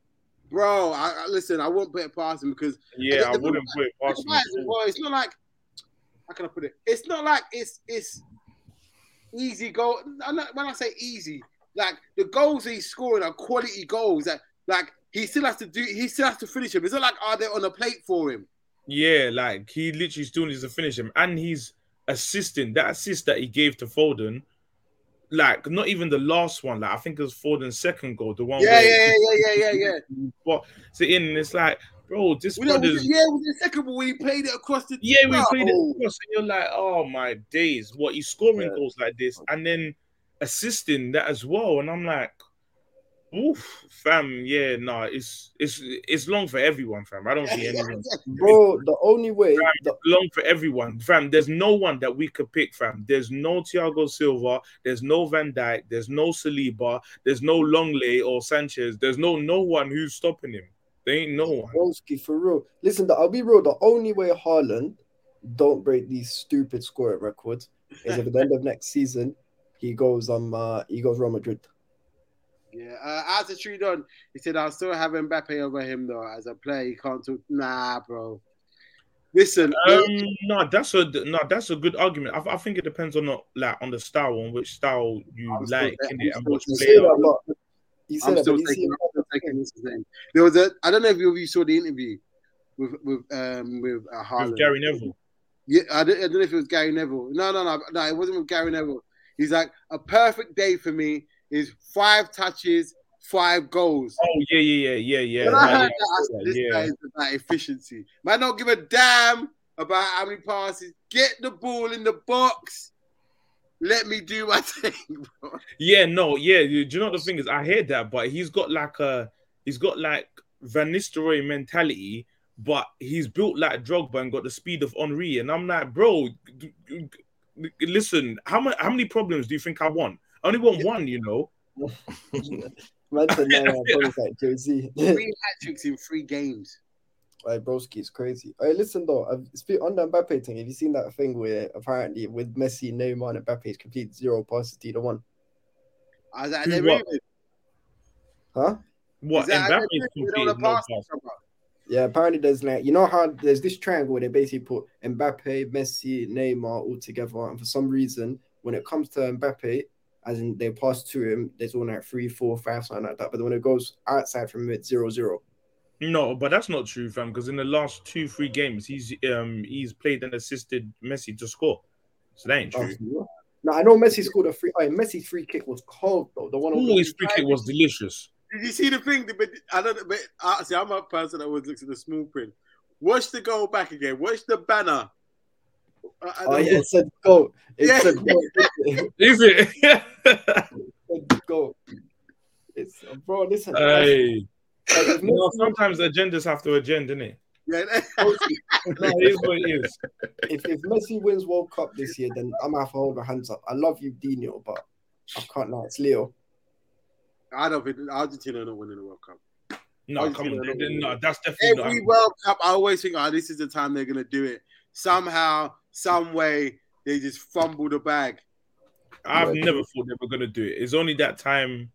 [SPEAKER 1] bro. I, I, listen, I won't put it past him because
[SPEAKER 4] yeah, I wouldn't put it past him.
[SPEAKER 1] Right, well, it's not like how can I put it? It's not like it's it's easy goal. I'm not- when I say easy, like the goals he's scoring are quality goals. That like he still has to do. He still has to finish him. It's not like are they on a plate for him?
[SPEAKER 4] Yeah, like he literally still needs to finish him, and he's assisting that assist that he gave to Foden. Like not even the last one. Like I think it was Foden's second goal, the one.
[SPEAKER 1] Yeah,
[SPEAKER 4] where
[SPEAKER 1] yeah, yeah, yeah, yeah, yeah. yeah.
[SPEAKER 4] But in and it's like, bro, this
[SPEAKER 1] We don't, we
[SPEAKER 4] brother's.
[SPEAKER 1] don't- yeah, with the second ball, he played it across the.
[SPEAKER 4] Yeah, we played it
[SPEAKER 1] Bro.
[SPEAKER 4] across, and you're like, oh my days, what he's scoring
[SPEAKER 7] Yeah.
[SPEAKER 4] goals like this, and then assisting that as well, and I'm like, oof, fam, yeah, nah, it's it's it's long for everyone, fam. I don't see anyone.
[SPEAKER 7] Bro, the only way,
[SPEAKER 4] Right.
[SPEAKER 7] the
[SPEAKER 4] long for everyone, fam. There's no one that we could pick, fam. There's no Thiago Silva. There's no Van Dijk. There's no Saliba. There's no Longley or Sanchez. There's no no one who's stopping him. There ain't no one.
[SPEAKER 7] Broski, for real. Listen, the, I'll be real. The only way Haaland don't break these stupid scoring records is if at the end of next season he goes um uh, he goes Real Madrid.
[SPEAKER 1] Yeah, uh, as a true don, he said, I'll still have Mbappe over him, though. As a player, he can't talk. Nah, bro. Listen,
[SPEAKER 4] Um, no, that's a no, that's a good argument. I, I think it depends on the, like on the style, on which style you
[SPEAKER 1] I'm still
[SPEAKER 4] like,
[SPEAKER 1] there.
[SPEAKER 4] innit,
[SPEAKER 1] I'm
[SPEAKER 4] and
[SPEAKER 1] still
[SPEAKER 4] which
[SPEAKER 1] there.
[SPEAKER 7] You say
[SPEAKER 4] player.
[SPEAKER 7] that, but you say
[SPEAKER 1] I'm
[SPEAKER 7] that,
[SPEAKER 1] still
[SPEAKER 7] but you see
[SPEAKER 1] taking, I'm still taking this as name. There was a I don't know if you, you saw the interview with with um with uh, Haaland.
[SPEAKER 4] With Gary Neville,
[SPEAKER 1] Yeah, I don't, I don't know if it was Gary Neville. No, no, no, no. It wasn't with Gary Neville. He's like a perfect day for me is five touches, five goals.
[SPEAKER 4] Oh yeah, yeah, yeah, yeah, yeah.
[SPEAKER 1] when I
[SPEAKER 4] yeah,
[SPEAKER 1] heard that, I said, this
[SPEAKER 4] yeah.
[SPEAKER 1] guy is about efficiency. Man, don't give a damn about how many passes. Get the ball in the box. Let me do my thing.
[SPEAKER 4] Yeah, no, yeah. you- Do you know what the thing is? I hear that, but he's got like a he's got like Van Nistelrooy mentality, but he's built like Drogba and got the speed of Henri. And I'm like, bro, d- d- d- listen, how many how many problems do you think I want? I only want one, you know.
[SPEAKER 7] Imagine now that bro's like Jay Z.
[SPEAKER 1] Three hat tricks in three games.
[SPEAKER 7] like broski is crazy. Hey, listen though, I've, speak on the Mbappe thing. Have you seen that thing where apparently with Messi, Neymar, and Mbappe, it's complete zero passes to either one?
[SPEAKER 1] I was like,
[SPEAKER 4] Do
[SPEAKER 1] they're
[SPEAKER 4] what?
[SPEAKER 1] really-
[SPEAKER 7] Huh?
[SPEAKER 4] What
[SPEAKER 1] Is that-
[SPEAKER 4] Mbappe's
[SPEAKER 1] they're really
[SPEAKER 4] complete
[SPEAKER 1] on
[SPEAKER 4] no
[SPEAKER 1] the pass.
[SPEAKER 4] pass.
[SPEAKER 7] Yeah, apparently there's like you know how there's this triangle where they basically put Mbappe, Messi, Neymar all together, and for some reason when it comes to Mbappe, as in they pass to him, there's all like three, four, five, something like that. But then when it goes outside from him, it's zero zero.
[SPEAKER 4] No, but that's not true, fam. Because in the last two, three games, he's um he's played and assisted Messi to score. So that ain't true.
[SPEAKER 7] Now I know Messi scored a free. Oh, Messi's free kick was cold though. The one on
[SPEAKER 4] Oh, his free kick was delicious.
[SPEAKER 1] Did you see the thing? that- But I don't. But uh, see, I'm a person that always looks at the small print. Watch the goal back again. Watch the banner. Uh, I
[SPEAKER 7] Oh
[SPEAKER 1] don't-
[SPEAKER 7] yeah, it said go. It
[SPEAKER 1] Yeah.
[SPEAKER 7] said go.
[SPEAKER 4] Is it?
[SPEAKER 7] Let's go. It's bro. Listen,
[SPEAKER 4] hey.
[SPEAKER 7] like, if
[SPEAKER 4] You know,
[SPEAKER 7] Messi,
[SPEAKER 4] sometimes agendas have to agenda, innit?
[SPEAKER 1] yeah.
[SPEAKER 4] No, it is what it is.
[SPEAKER 7] if, if Messi wins World Cup this year, then I'm gonna have to hold my hands up. I love you, Dino, but I can't lie. It's Leo.
[SPEAKER 1] I don't think Argentina are not winning the World Cup.
[SPEAKER 4] No, come on. they- No, that's definitely
[SPEAKER 1] Every
[SPEAKER 4] not.
[SPEAKER 1] World Cup, I always think, oh, this is the time they're gonna do it. Somehow, some way, they just fumble the bag.
[SPEAKER 4] I've never thought they were going to do it. It's only that time,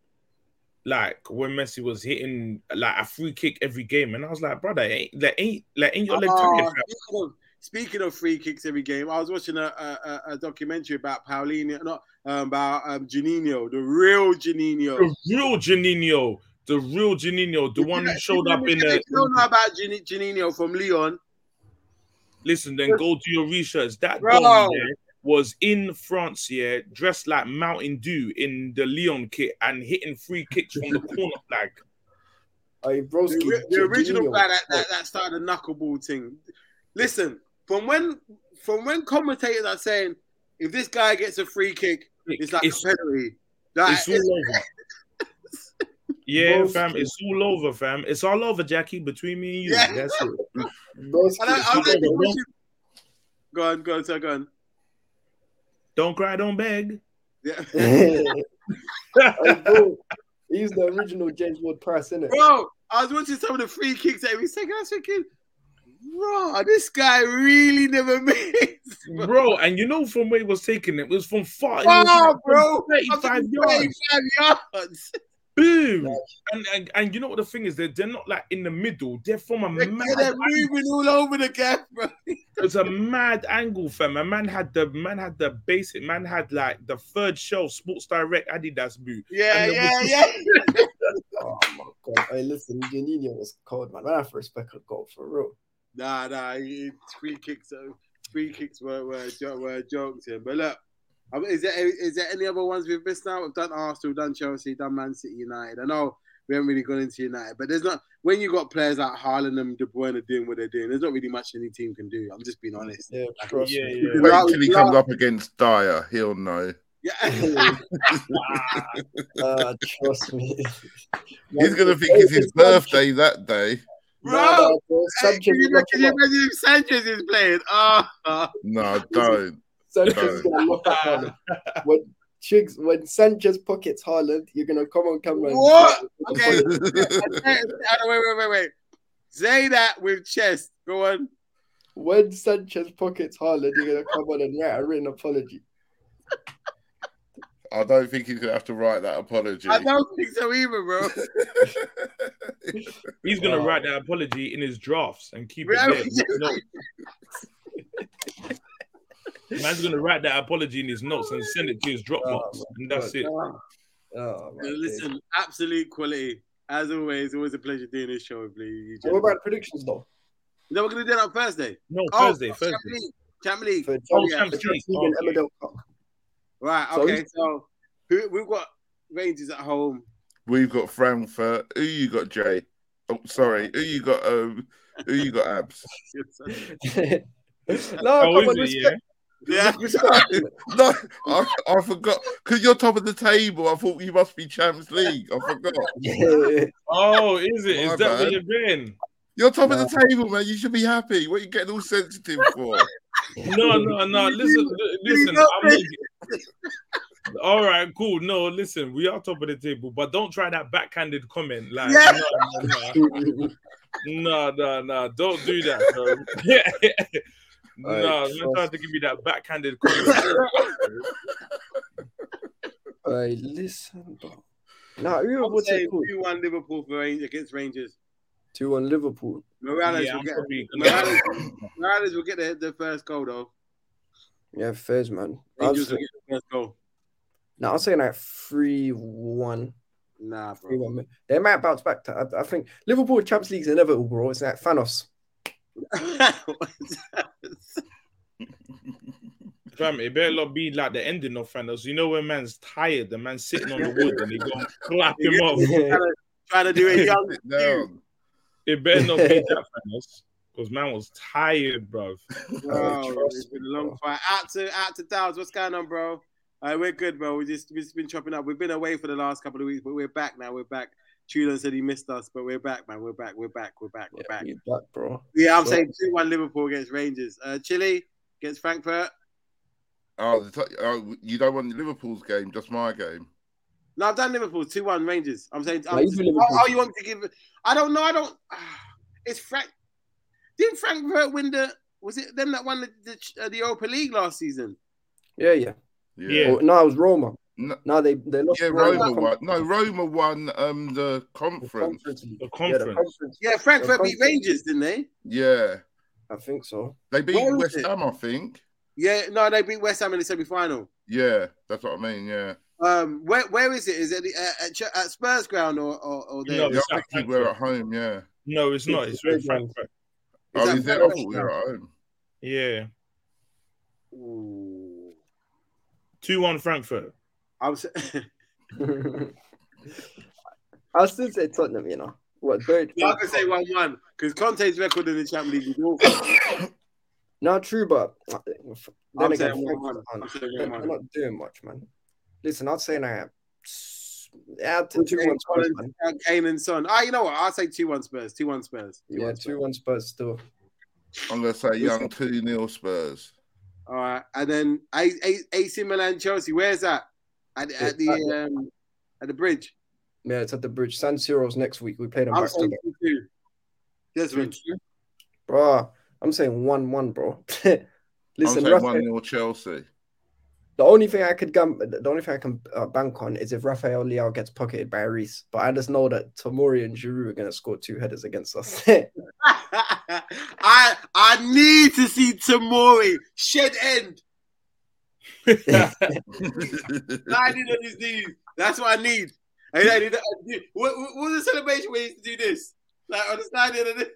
[SPEAKER 4] like, when Messi was hitting, like, a free kick every game. And I was like, brother, ain't, like, ain't, like, ain't your leg
[SPEAKER 1] Oh,
[SPEAKER 4] tired, fam?
[SPEAKER 1] speaking, of, speaking of free kicks every game, I was watching a, a, a- a documentary about Paulinho, not um, about um, Janino, the real Janino.
[SPEAKER 4] The real Janino, the real Janino, the one who showed up in
[SPEAKER 1] If you
[SPEAKER 4] the.
[SPEAKER 1] don't know about Jan- Janino from Leon,
[SPEAKER 4] Listen, then go do your research. That
[SPEAKER 1] Bro.
[SPEAKER 4] dom there was in France, yeah, dressed like Mountain Dew in the Leon kit and hitting free kicks from the corner flag.
[SPEAKER 7] Hey,
[SPEAKER 1] the,
[SPEAKER 7] broski,
[SPEAKER 1] ri- the
[SPEAKER 7] J-
[SPEAKER 1] original
[SPEAKER 7] Dino.
[SPEAKER 1] guy that, that, that started the knuckleball thing. Listen, from when from when commentators are saying if this guy gets a free kick, it's like
[SPEAKER 4] It's-
[SPEAKER 1] a penalty. That
[SPEAKER 4] it's all
[SPEAKER 1] is-
[SPEAKER 4] over. yeah,
[SPEAKER 7] Broski.
[SPEAKER 4] fam, it's all over, fam. It's all over, Jackie, between me and you.
[SPEAKER 1] Yeah.
[SPEAKER 4] That's it.
[SPEAKER 7] Broski,
[SPEAKER 1] and I, I
[SPEAKER 4] all
[SPEAKER 1] was like,
[SPEAKER 4] over,
[SPEAKER 1] what you- go on, go on, sir, go on.
[SPEAKER 4] Don't cry, don't beg.
[SPEAKER 1] Yeah.
[SPEAKER 7] Hey, bro, he's the original James Ward Price, innit?
[SPEAKER 1] Bro, I was watching some of the free kicks that he was taking. I was thinking, bro, this guy really never missed.
[SPEAKER 4] Bro, and you know from where he was taking it, it was from far. It was
[SPEAKER 1] Oh,
[SPEAKER 4] like
[SPEAKER 1] bro, I'm
[SPEAKER 4] 35
[SPEAKER 1] talking
[SPEAKER 4] yards.
[SPEAKER 1] 35 yards.
[SPEAKER 4] Boom. And, and and you know what the thing is? They're, they're not like in the middle. They're from a
[SPEAKER 1] They're,
[SPEAKER 4] mad
[SPEAKER 1] they're moving all over the gap, bro.
[SPEAKER 4] It's a mad angle, fam. A man had the man had the basic man had like the third shelf Sports Direct Adidas boot.
[SPEAKER 1] Yeah,
[SPEAKER 4] And the-
[SPEAKER 1] yeah, yeah.
[SPEAKER 7] Oh my god. Hey, listen, Janino was cold, man. I have to respect a goal for real.
[SPEAKER 1] Nah, nah, he- free kicks, uh, free kicks were were, jo- were jokes here. But look, I mean, is there is there any other ones we've missed now? We've done Arsenal, done Chelsea, done Man City, United. I know we haven't really gone into United, but there's not when you got players like Haaland and De Bruyne are doing what they're doing. There's not really much any team can do. I'm just being honest.
[SPEAKER 7] Yeah,
[SPEAKER 1] Like,
[SPEAKER 7] trust
[SPEAKER 4] Yeah,
[SPEAKER 7] me.
[SPEAKER 4] yeah.
[SPEAKER 8] Wait
[SPEAKER 1] Without-
[SPEAKER 8] till he
[SPEAKER 1] without-
[SPEAKER 8] comes up against Dyer. He'll know.
[SPEAKER 1] Yeah,
[SPEAKER 7] Uh, trust me.
[SPEAKER 8] He's going to think it's his birthday that day.
[SPEAKER 7] Nah,
[SPEAKER 1] bro.
[SPEAKER 7] nah, bro.
[SPEAKER 1] Hey,
[SPEAKER 7] Sanchez
[SPEAKER 1] can
[SPEAKER 7] is
[SPEAKER 1] you,
[SPEAKER 7] locking
[SPEAKER 1] can you
[SPEAKER 7] up.
[SPEAKER 1] imagine if Sanchez is playing? Oh, oh.
[SPEAKER 8] No, don't.
[SPEAKER 7] Sanchez is gonna lock up Haaland. When Chiggs, when Sanchez pockets Haaland, you're gonna come on camera. and-
[SPEAKER 1] What? okay. Wait, wait, wait, wait, wait. Say that with chest. Go on.
[SPEAKER 7] When Sanchez pockets Haaland, you're gonna come on and write a written apology.
[SPEAKER 8] I don't think he's going to have to write that apology.
[SPEAKER 1] I don't think so either, bro.
[SPEAKER 4] He's gonna
[SPEAKER 7] Wow.
[SPEAKER 4] write that apology in his drafts and keep
[SPEAKER 1] Bro,
[SPEAKER 4] it there. in his notes. Man's gonna write that apology in his notes and send it to his Dropbox,
[SPEAKER 7] Oh,
[SPEAKER 4] and that's it.
[SPEAKER 7] Oh, my days.
[SPEAKER 1] Listen, absolute quality. As always, always a pleasure doing this show with you. you
[SPEAKER 7] What about predictions though?
[SPEAKER 1] no, we're going to do that on Thursday.
[SPEAKER 4] No,
[SPEAKER 1] Oh,
[SPEAKER 4] Thursday, Thursday.
[SPEAKER 1] Champions League. Champions League.
[SPEAKER 7] for John,
[SPEAKER 1] yeah,
[SPEAKER 7] for
[SPEAKER 4] Oh, Champions
[SPEAKER 7] John
[SPEAKER 4] League. Oh,
[SPEAKER 7] Keegan
[SPEAKER 4] Okay.
[SPEAKER 7] Emmerdale Cup.
[SPEAKER 1] Right.
[SPEAKER 7] So-
[SPEAKER 1] Okay. So who, we've got Rangers at home.
[SPEAKER 8] We've got Frankfurt. Who you got, Jay? Oh, sorry. Who you got? Um, who you got, Abs?
[SPEAKER 7] no,
[SPEAKER 4] Oh,
[SPEAKER 7] come on,
[SPEAKER 4] is it?
[SPEAKER 7] respect,
[SPEAKER 4] Yeah.
[SPEAKER 1] yeah.
[SPEAKER 7] respect.
[SPEAKER 8] No, I, I forgot because you're top of the table. I thought you must be Champs League. I forgot.
[SPEAKER 7] Yeah.
[SPEAKER 4] Oh, is it? Is
[SPEAKER 8] My
[SPEAKER 4] that where
[SPEAKER 8] bad.
[SPEAKER 4] you've been?
[SPEAKER 8] You're top of the table, man. You should be happy. What are you getting all sensitive for?
[SPEAKER 4] No, no, no. Listen, li- listen. I'm not- All right, cool. No, listen, we are top of the table, but don't try that backhanded comment. Like,
[SPEAKER 1] Yeah.
[SPEAKER 4] no, no, no. No, no, no, don't do that. Bro. no,
[SPEAKER 7] Alright,
[SPEAKER 4] I'm not trying to give you that backhanded comment.
[SPEAKER 7] Hey, listen, bro. Now, who,
[SPEAKER 1] I'm
[SPEAKER 7] what's
[SPEAKER 1] saying
[SPEAKER 7] it called?
[SPEAKER 1] two one Liverpool for Rangers against Rangers.
[SPEAKER 7] Two on Liverpool.
[SPEAKER 1] Morales
[SPEAKER 4] yeah,
[SPEAKER 1] will
[SPEAKER 4] I'm
[SPEAKER 1] get
[SPEAKER 4] probably gonna-
[SPEAKER 1] Morales, Morales will get the, the first goal though.
[SPEAKER 7] Yeah, fairs, man. I
[SPEAKER 1] Rangers
[SPEAKER 7] was,
[SPEAKER 1] will get the first goal.
[SPEAKER 7] no, I was saying like 3 1.
[SPEAKER 1] Nah,
[SPEAKER 7] 3
[SPEAKER 1] bro.
[SPEAKER 7] 1. They might bounce back to, I, I think Liverpool Champions League's inevitable, bro. It's like Thanos.
[SPEAKER 4] Fam, it better not be like the ending of Thanos. You know when man's tired, the man's sitting on the wood and they gonna clap him off.
[SPEAKER 1] Trying to do it young.
[SPEAKER 8] Sit down.
[SPEAKER 4] It better not be that Thanos. Because man was tired, bruv.
[SPEAKER 1] Wow,
[SPEAKER 7] trust
[SPEAKER 1] Oh, it's been a
[SPEAKER 7] me,
[SPEAKER 1] long
[SPEAKER 7] bro.
[SPEAKER 1] fight. Out to out to Downs. What's going on, bro? Uh, we're good, bro. We just we've just been chopping up. We've been away for the last couple of weeks, but we're back now. We're back. Trulon said he missed us, but we're back, man. We're back. We're back. We're back. We're
[SPEAKER 7] Yeah,
[SPEAKER 1] back.
[SPEAKER 7] we back, bro.
[SPEAKER 1] Yeah, I'm
[SPEAKER 7] So-
[SPEAKER 1] saying two one Liverpool against Rangers. Uh, Chile against Frankfurt.
[SPEAKER 8] Oh, the t- oh, you don't want Liverpool's game, just my game.
[SPEAKER 1] No, I've done Liverpool two one Rangers. I'm saying.
[SPEAKER 7] Nah,
[SPEAKER 1] I'm
[SPEAKER 7] you
[SPEAKER 1] just,
[SPEAKER 7] do
[SPEAKER 1] oh,
[SPEAKER 7] Liverpool.
[SPEAKER 1] oh, you want me to give? I don't know. I don't. it's Frank. Didn't Frankfurt win the? Was it them that won the the, uh, the Europa League last season?
[SPEAKER 7] Yeah, yeah.
[SPEAKER 4] Yeah.
[SPEAKER 7] Oh, no, it was Roma.
[SPEAKER 8] No-
[SPEAKER 7] No, they, they lost
[SPEAKER 8] Yeah,
[SPEAKER 7] to
[SPEAKER 8] Roma
[SPEAKER 7] Roma.
[SPEAKER 8] won. No, Roma won um the conference.
[SPEAKER 7] League.
[SPEAKER 4] The
[SPEAKER 7] Yeah, the
[SPEAKER 4] conference.
[SPEAKER 7] conference.
[SPEAKER 1] Yeah, Frankfurt beat
[SPEAKER 7] Frankfurt.
[SPEAKER 1] Rangers, didn't they?
[SPEAKER 8] Yeah,
[SPEAKER 7] I think so.
[SPEAKER 8] they beat
[SPEAKER 1] Where was
[SPEAKER 8] West
[SPEAKER 1] it?
[SPEAKER 8] Ham, I think.
[SPEAKER 1] Yeah, no, they beat West Ham in the semi-final.
[SPEAKER 8] Yeah, that's what I mean. Yeah,
[SPEAKER 1] Um, where where is it? Is it the, uh, at, Ch- at Spurs ground or or, or there?
[SPEAKER 4] No,
[SPEAKER 8] yeah
[SPEAKER 4] it's
[SPEAKER 8] I
[SPEAKER 4] at
[SPEAKER 8] think we're at
[SPEAKER 4] Frankfurt.
[SPEAKER 8] home. Yeah.
[SPEAKER 4] No, it's not. It's with Frankfurt.
[SPEAKER 8] oh,
[SPEAKER 1] that
[SPEAKER 8] is it? I
[SPEAKER 1] Frankfurt?
[SPEAKER 8] thought we were at home.
[SPEAKER 4] Yeah.
[SPEAKER 1] Ooh.
[SPEAKER 4] 2 1 Frankfurt.
[SPEAKER 1] I was
[SPEAKER 7] I'll still say Tottenham, you know. What, don't,
[SPEAKER 1] I could say one one because Conte's record in the Champions League is awful.
[SPEAKER 7] Not true, but uh, then
[SPEAKER 1] I'm
[SPEAKER 7] again,
[SPEAKER 1] saying
[SPEAKER 7] Frankfurt
[SPEAKER 1] one-one.
[SPEAKER 7] aren't-
[SPEAKER 1] I'm saying
[SPEAKER 7] they're
[SPEAKER 1] one-one.
[SPEAKER 7] not doing much, man. Listen, I'd say I have
[SPEAKER 1] We'll
[SPEAKER 7] two
[SPEAKER 1] say
[SPEAKER 7] one Spurs,
[SPEAKER 1] Collins,
[SPEAKER 7] man.
[SPEAKER 1] uh, Kane and Son. Ah, you know what? I'll say two one Spurs. Two one Spurs. Two
[SPEAKER 7] Yeah,
[SPEAKER 1] one Spurs.
[SPEAKER 7] two one Spurs still.
[SPEAKER 8] I'm gonna say young two 0 Spurs.
[SPEAKER 1] All right, and then A- A- AC Milan Chelsea. Where's that? At, at the um, at the bridge.
[SPEAKER 7] Yeah, it's at the bridge. San Siro's next week. We played them
[SPEAKER 1] I'm
[SPEAKER 7] back to
[SPEAKER 1] saying
[SPEAKER 7] back.
[SPEAKER 1] two two. Desmond.
[SPEAKER 7] Bro, I'm saying one one, bro. Listen,
[SPEAKER 8] I'm saying one
[SPEAKER 7] Raphael,
[SPEAKER 8] 0 Chelsea.
[SPEAKER 7] the only thing I could gum, the only thing I can uh, bank on is if Rafael Leao gets pocketed by Reese. But I just know that Tomori and Giroud are gonna score two headers against us.
[SPEAKER 1] I I need to see Tamori shed end lying on his knees. That's what I need. I need, I need, I need what, what what was the celebration where he used to do this? Like on the standing and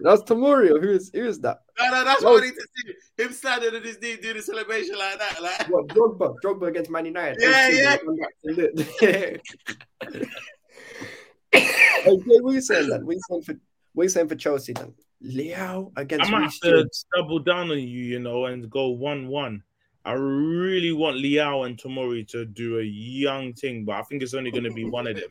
[SPEAKER 7] That's Tomori. or Who is who is that?
[SPEAKER 1] no, no, that's what I need to see. Him standing on his knee doing a celebration like that. Like
[SPEAKER 7] What Drogba? Drogba against Man United.
[SPEAKER 1] Yeah,
[SPEAKER 7] Those two
[SPEAKER 1] yeah.
[SPEAKER 7] will come back to look. hey, Jay, what are you saying then? What are you saying for, what are you saying for Chelsea then? Leo
[SPEAKER 4] I
[SPEAKER 7] against
[SPEAKER 4] might have
[SPEAKER 7] Reece
[SPEAKER 4] to
[SPEAKER 7] James.
[SPEAKER 4] double down on you, you know, and go one one. I really want Liao and Tomori to do a young thing, but I think it's only going to be one of them.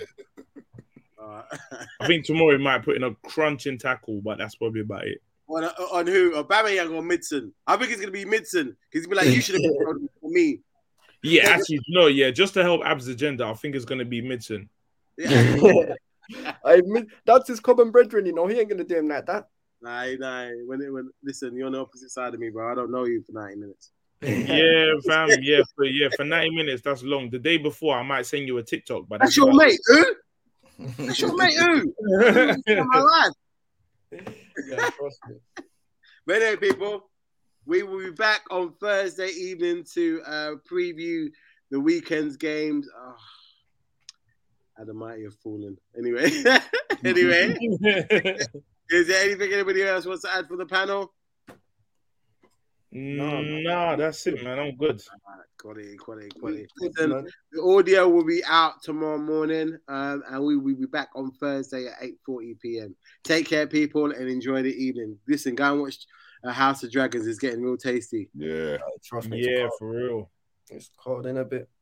[SPEAKER 4] I think Tomori might put in a crunching tackle, but that's probably about it.
[SPEAKER 1] on, uh, on who? Oh, Aubameyang or Midson? I think it's gonna be Midson. He's gonna be like, you should have been for me.
[SPEAKER 4] Yeah, actually, no, yeah, just to help Ab's agenda, I think it's going to be Midson.
[SPEAKER 1] Yeah.
[SPEAKER 7] I admit, that's his common brethren, you know. He ain't gonna do him like that.
[SPEAKER 1] Nah, nah. When it, when listen, you're on the opposite side of me, bro. I don't know you for 90 minutes.
[SPEAKER 4] Yeah, fam. Yeah, for yeah, for ninety minutes, that's long. The day before, I might send you a TikTok, but
[SPEAKER 1] That's your
[SPEAKER 4] about
[SPEAKER 1] mate, who? That's your mate, who?
[SPEAKER 4] it.
[SPEAKER 1] In my life.
[SPEAKER 7] Yeah, trust me.
[SPEAKER 1] But anyway, people, we will be back on Thursday evening to uh, preview the weekend's games. Oh, Adamite, have fallen. Anyway, anyway, is there anything anybody else wants to add for the panel?
[SPEAKER 4] No, nah, that's it, man. I'm good.
[SPEAKER 1] Quality, quality, quality. Listen, the audio will be out tomorrow morning, um, and we will be back on Thursday at 8.40 p.m. Take care, people, and enjoy the evening. Listen, go and watch uh, House of Dragons. It's getting real tasty.
[SPEAKER 8] Yeah.
[SPEAKER 7] Trust me, it's
[SPEAKER 4] Yeah,
[SPEAKER 7] cold.
[SPEAKER 4] for real.
[SPEAKER 7] It's cold in a bit.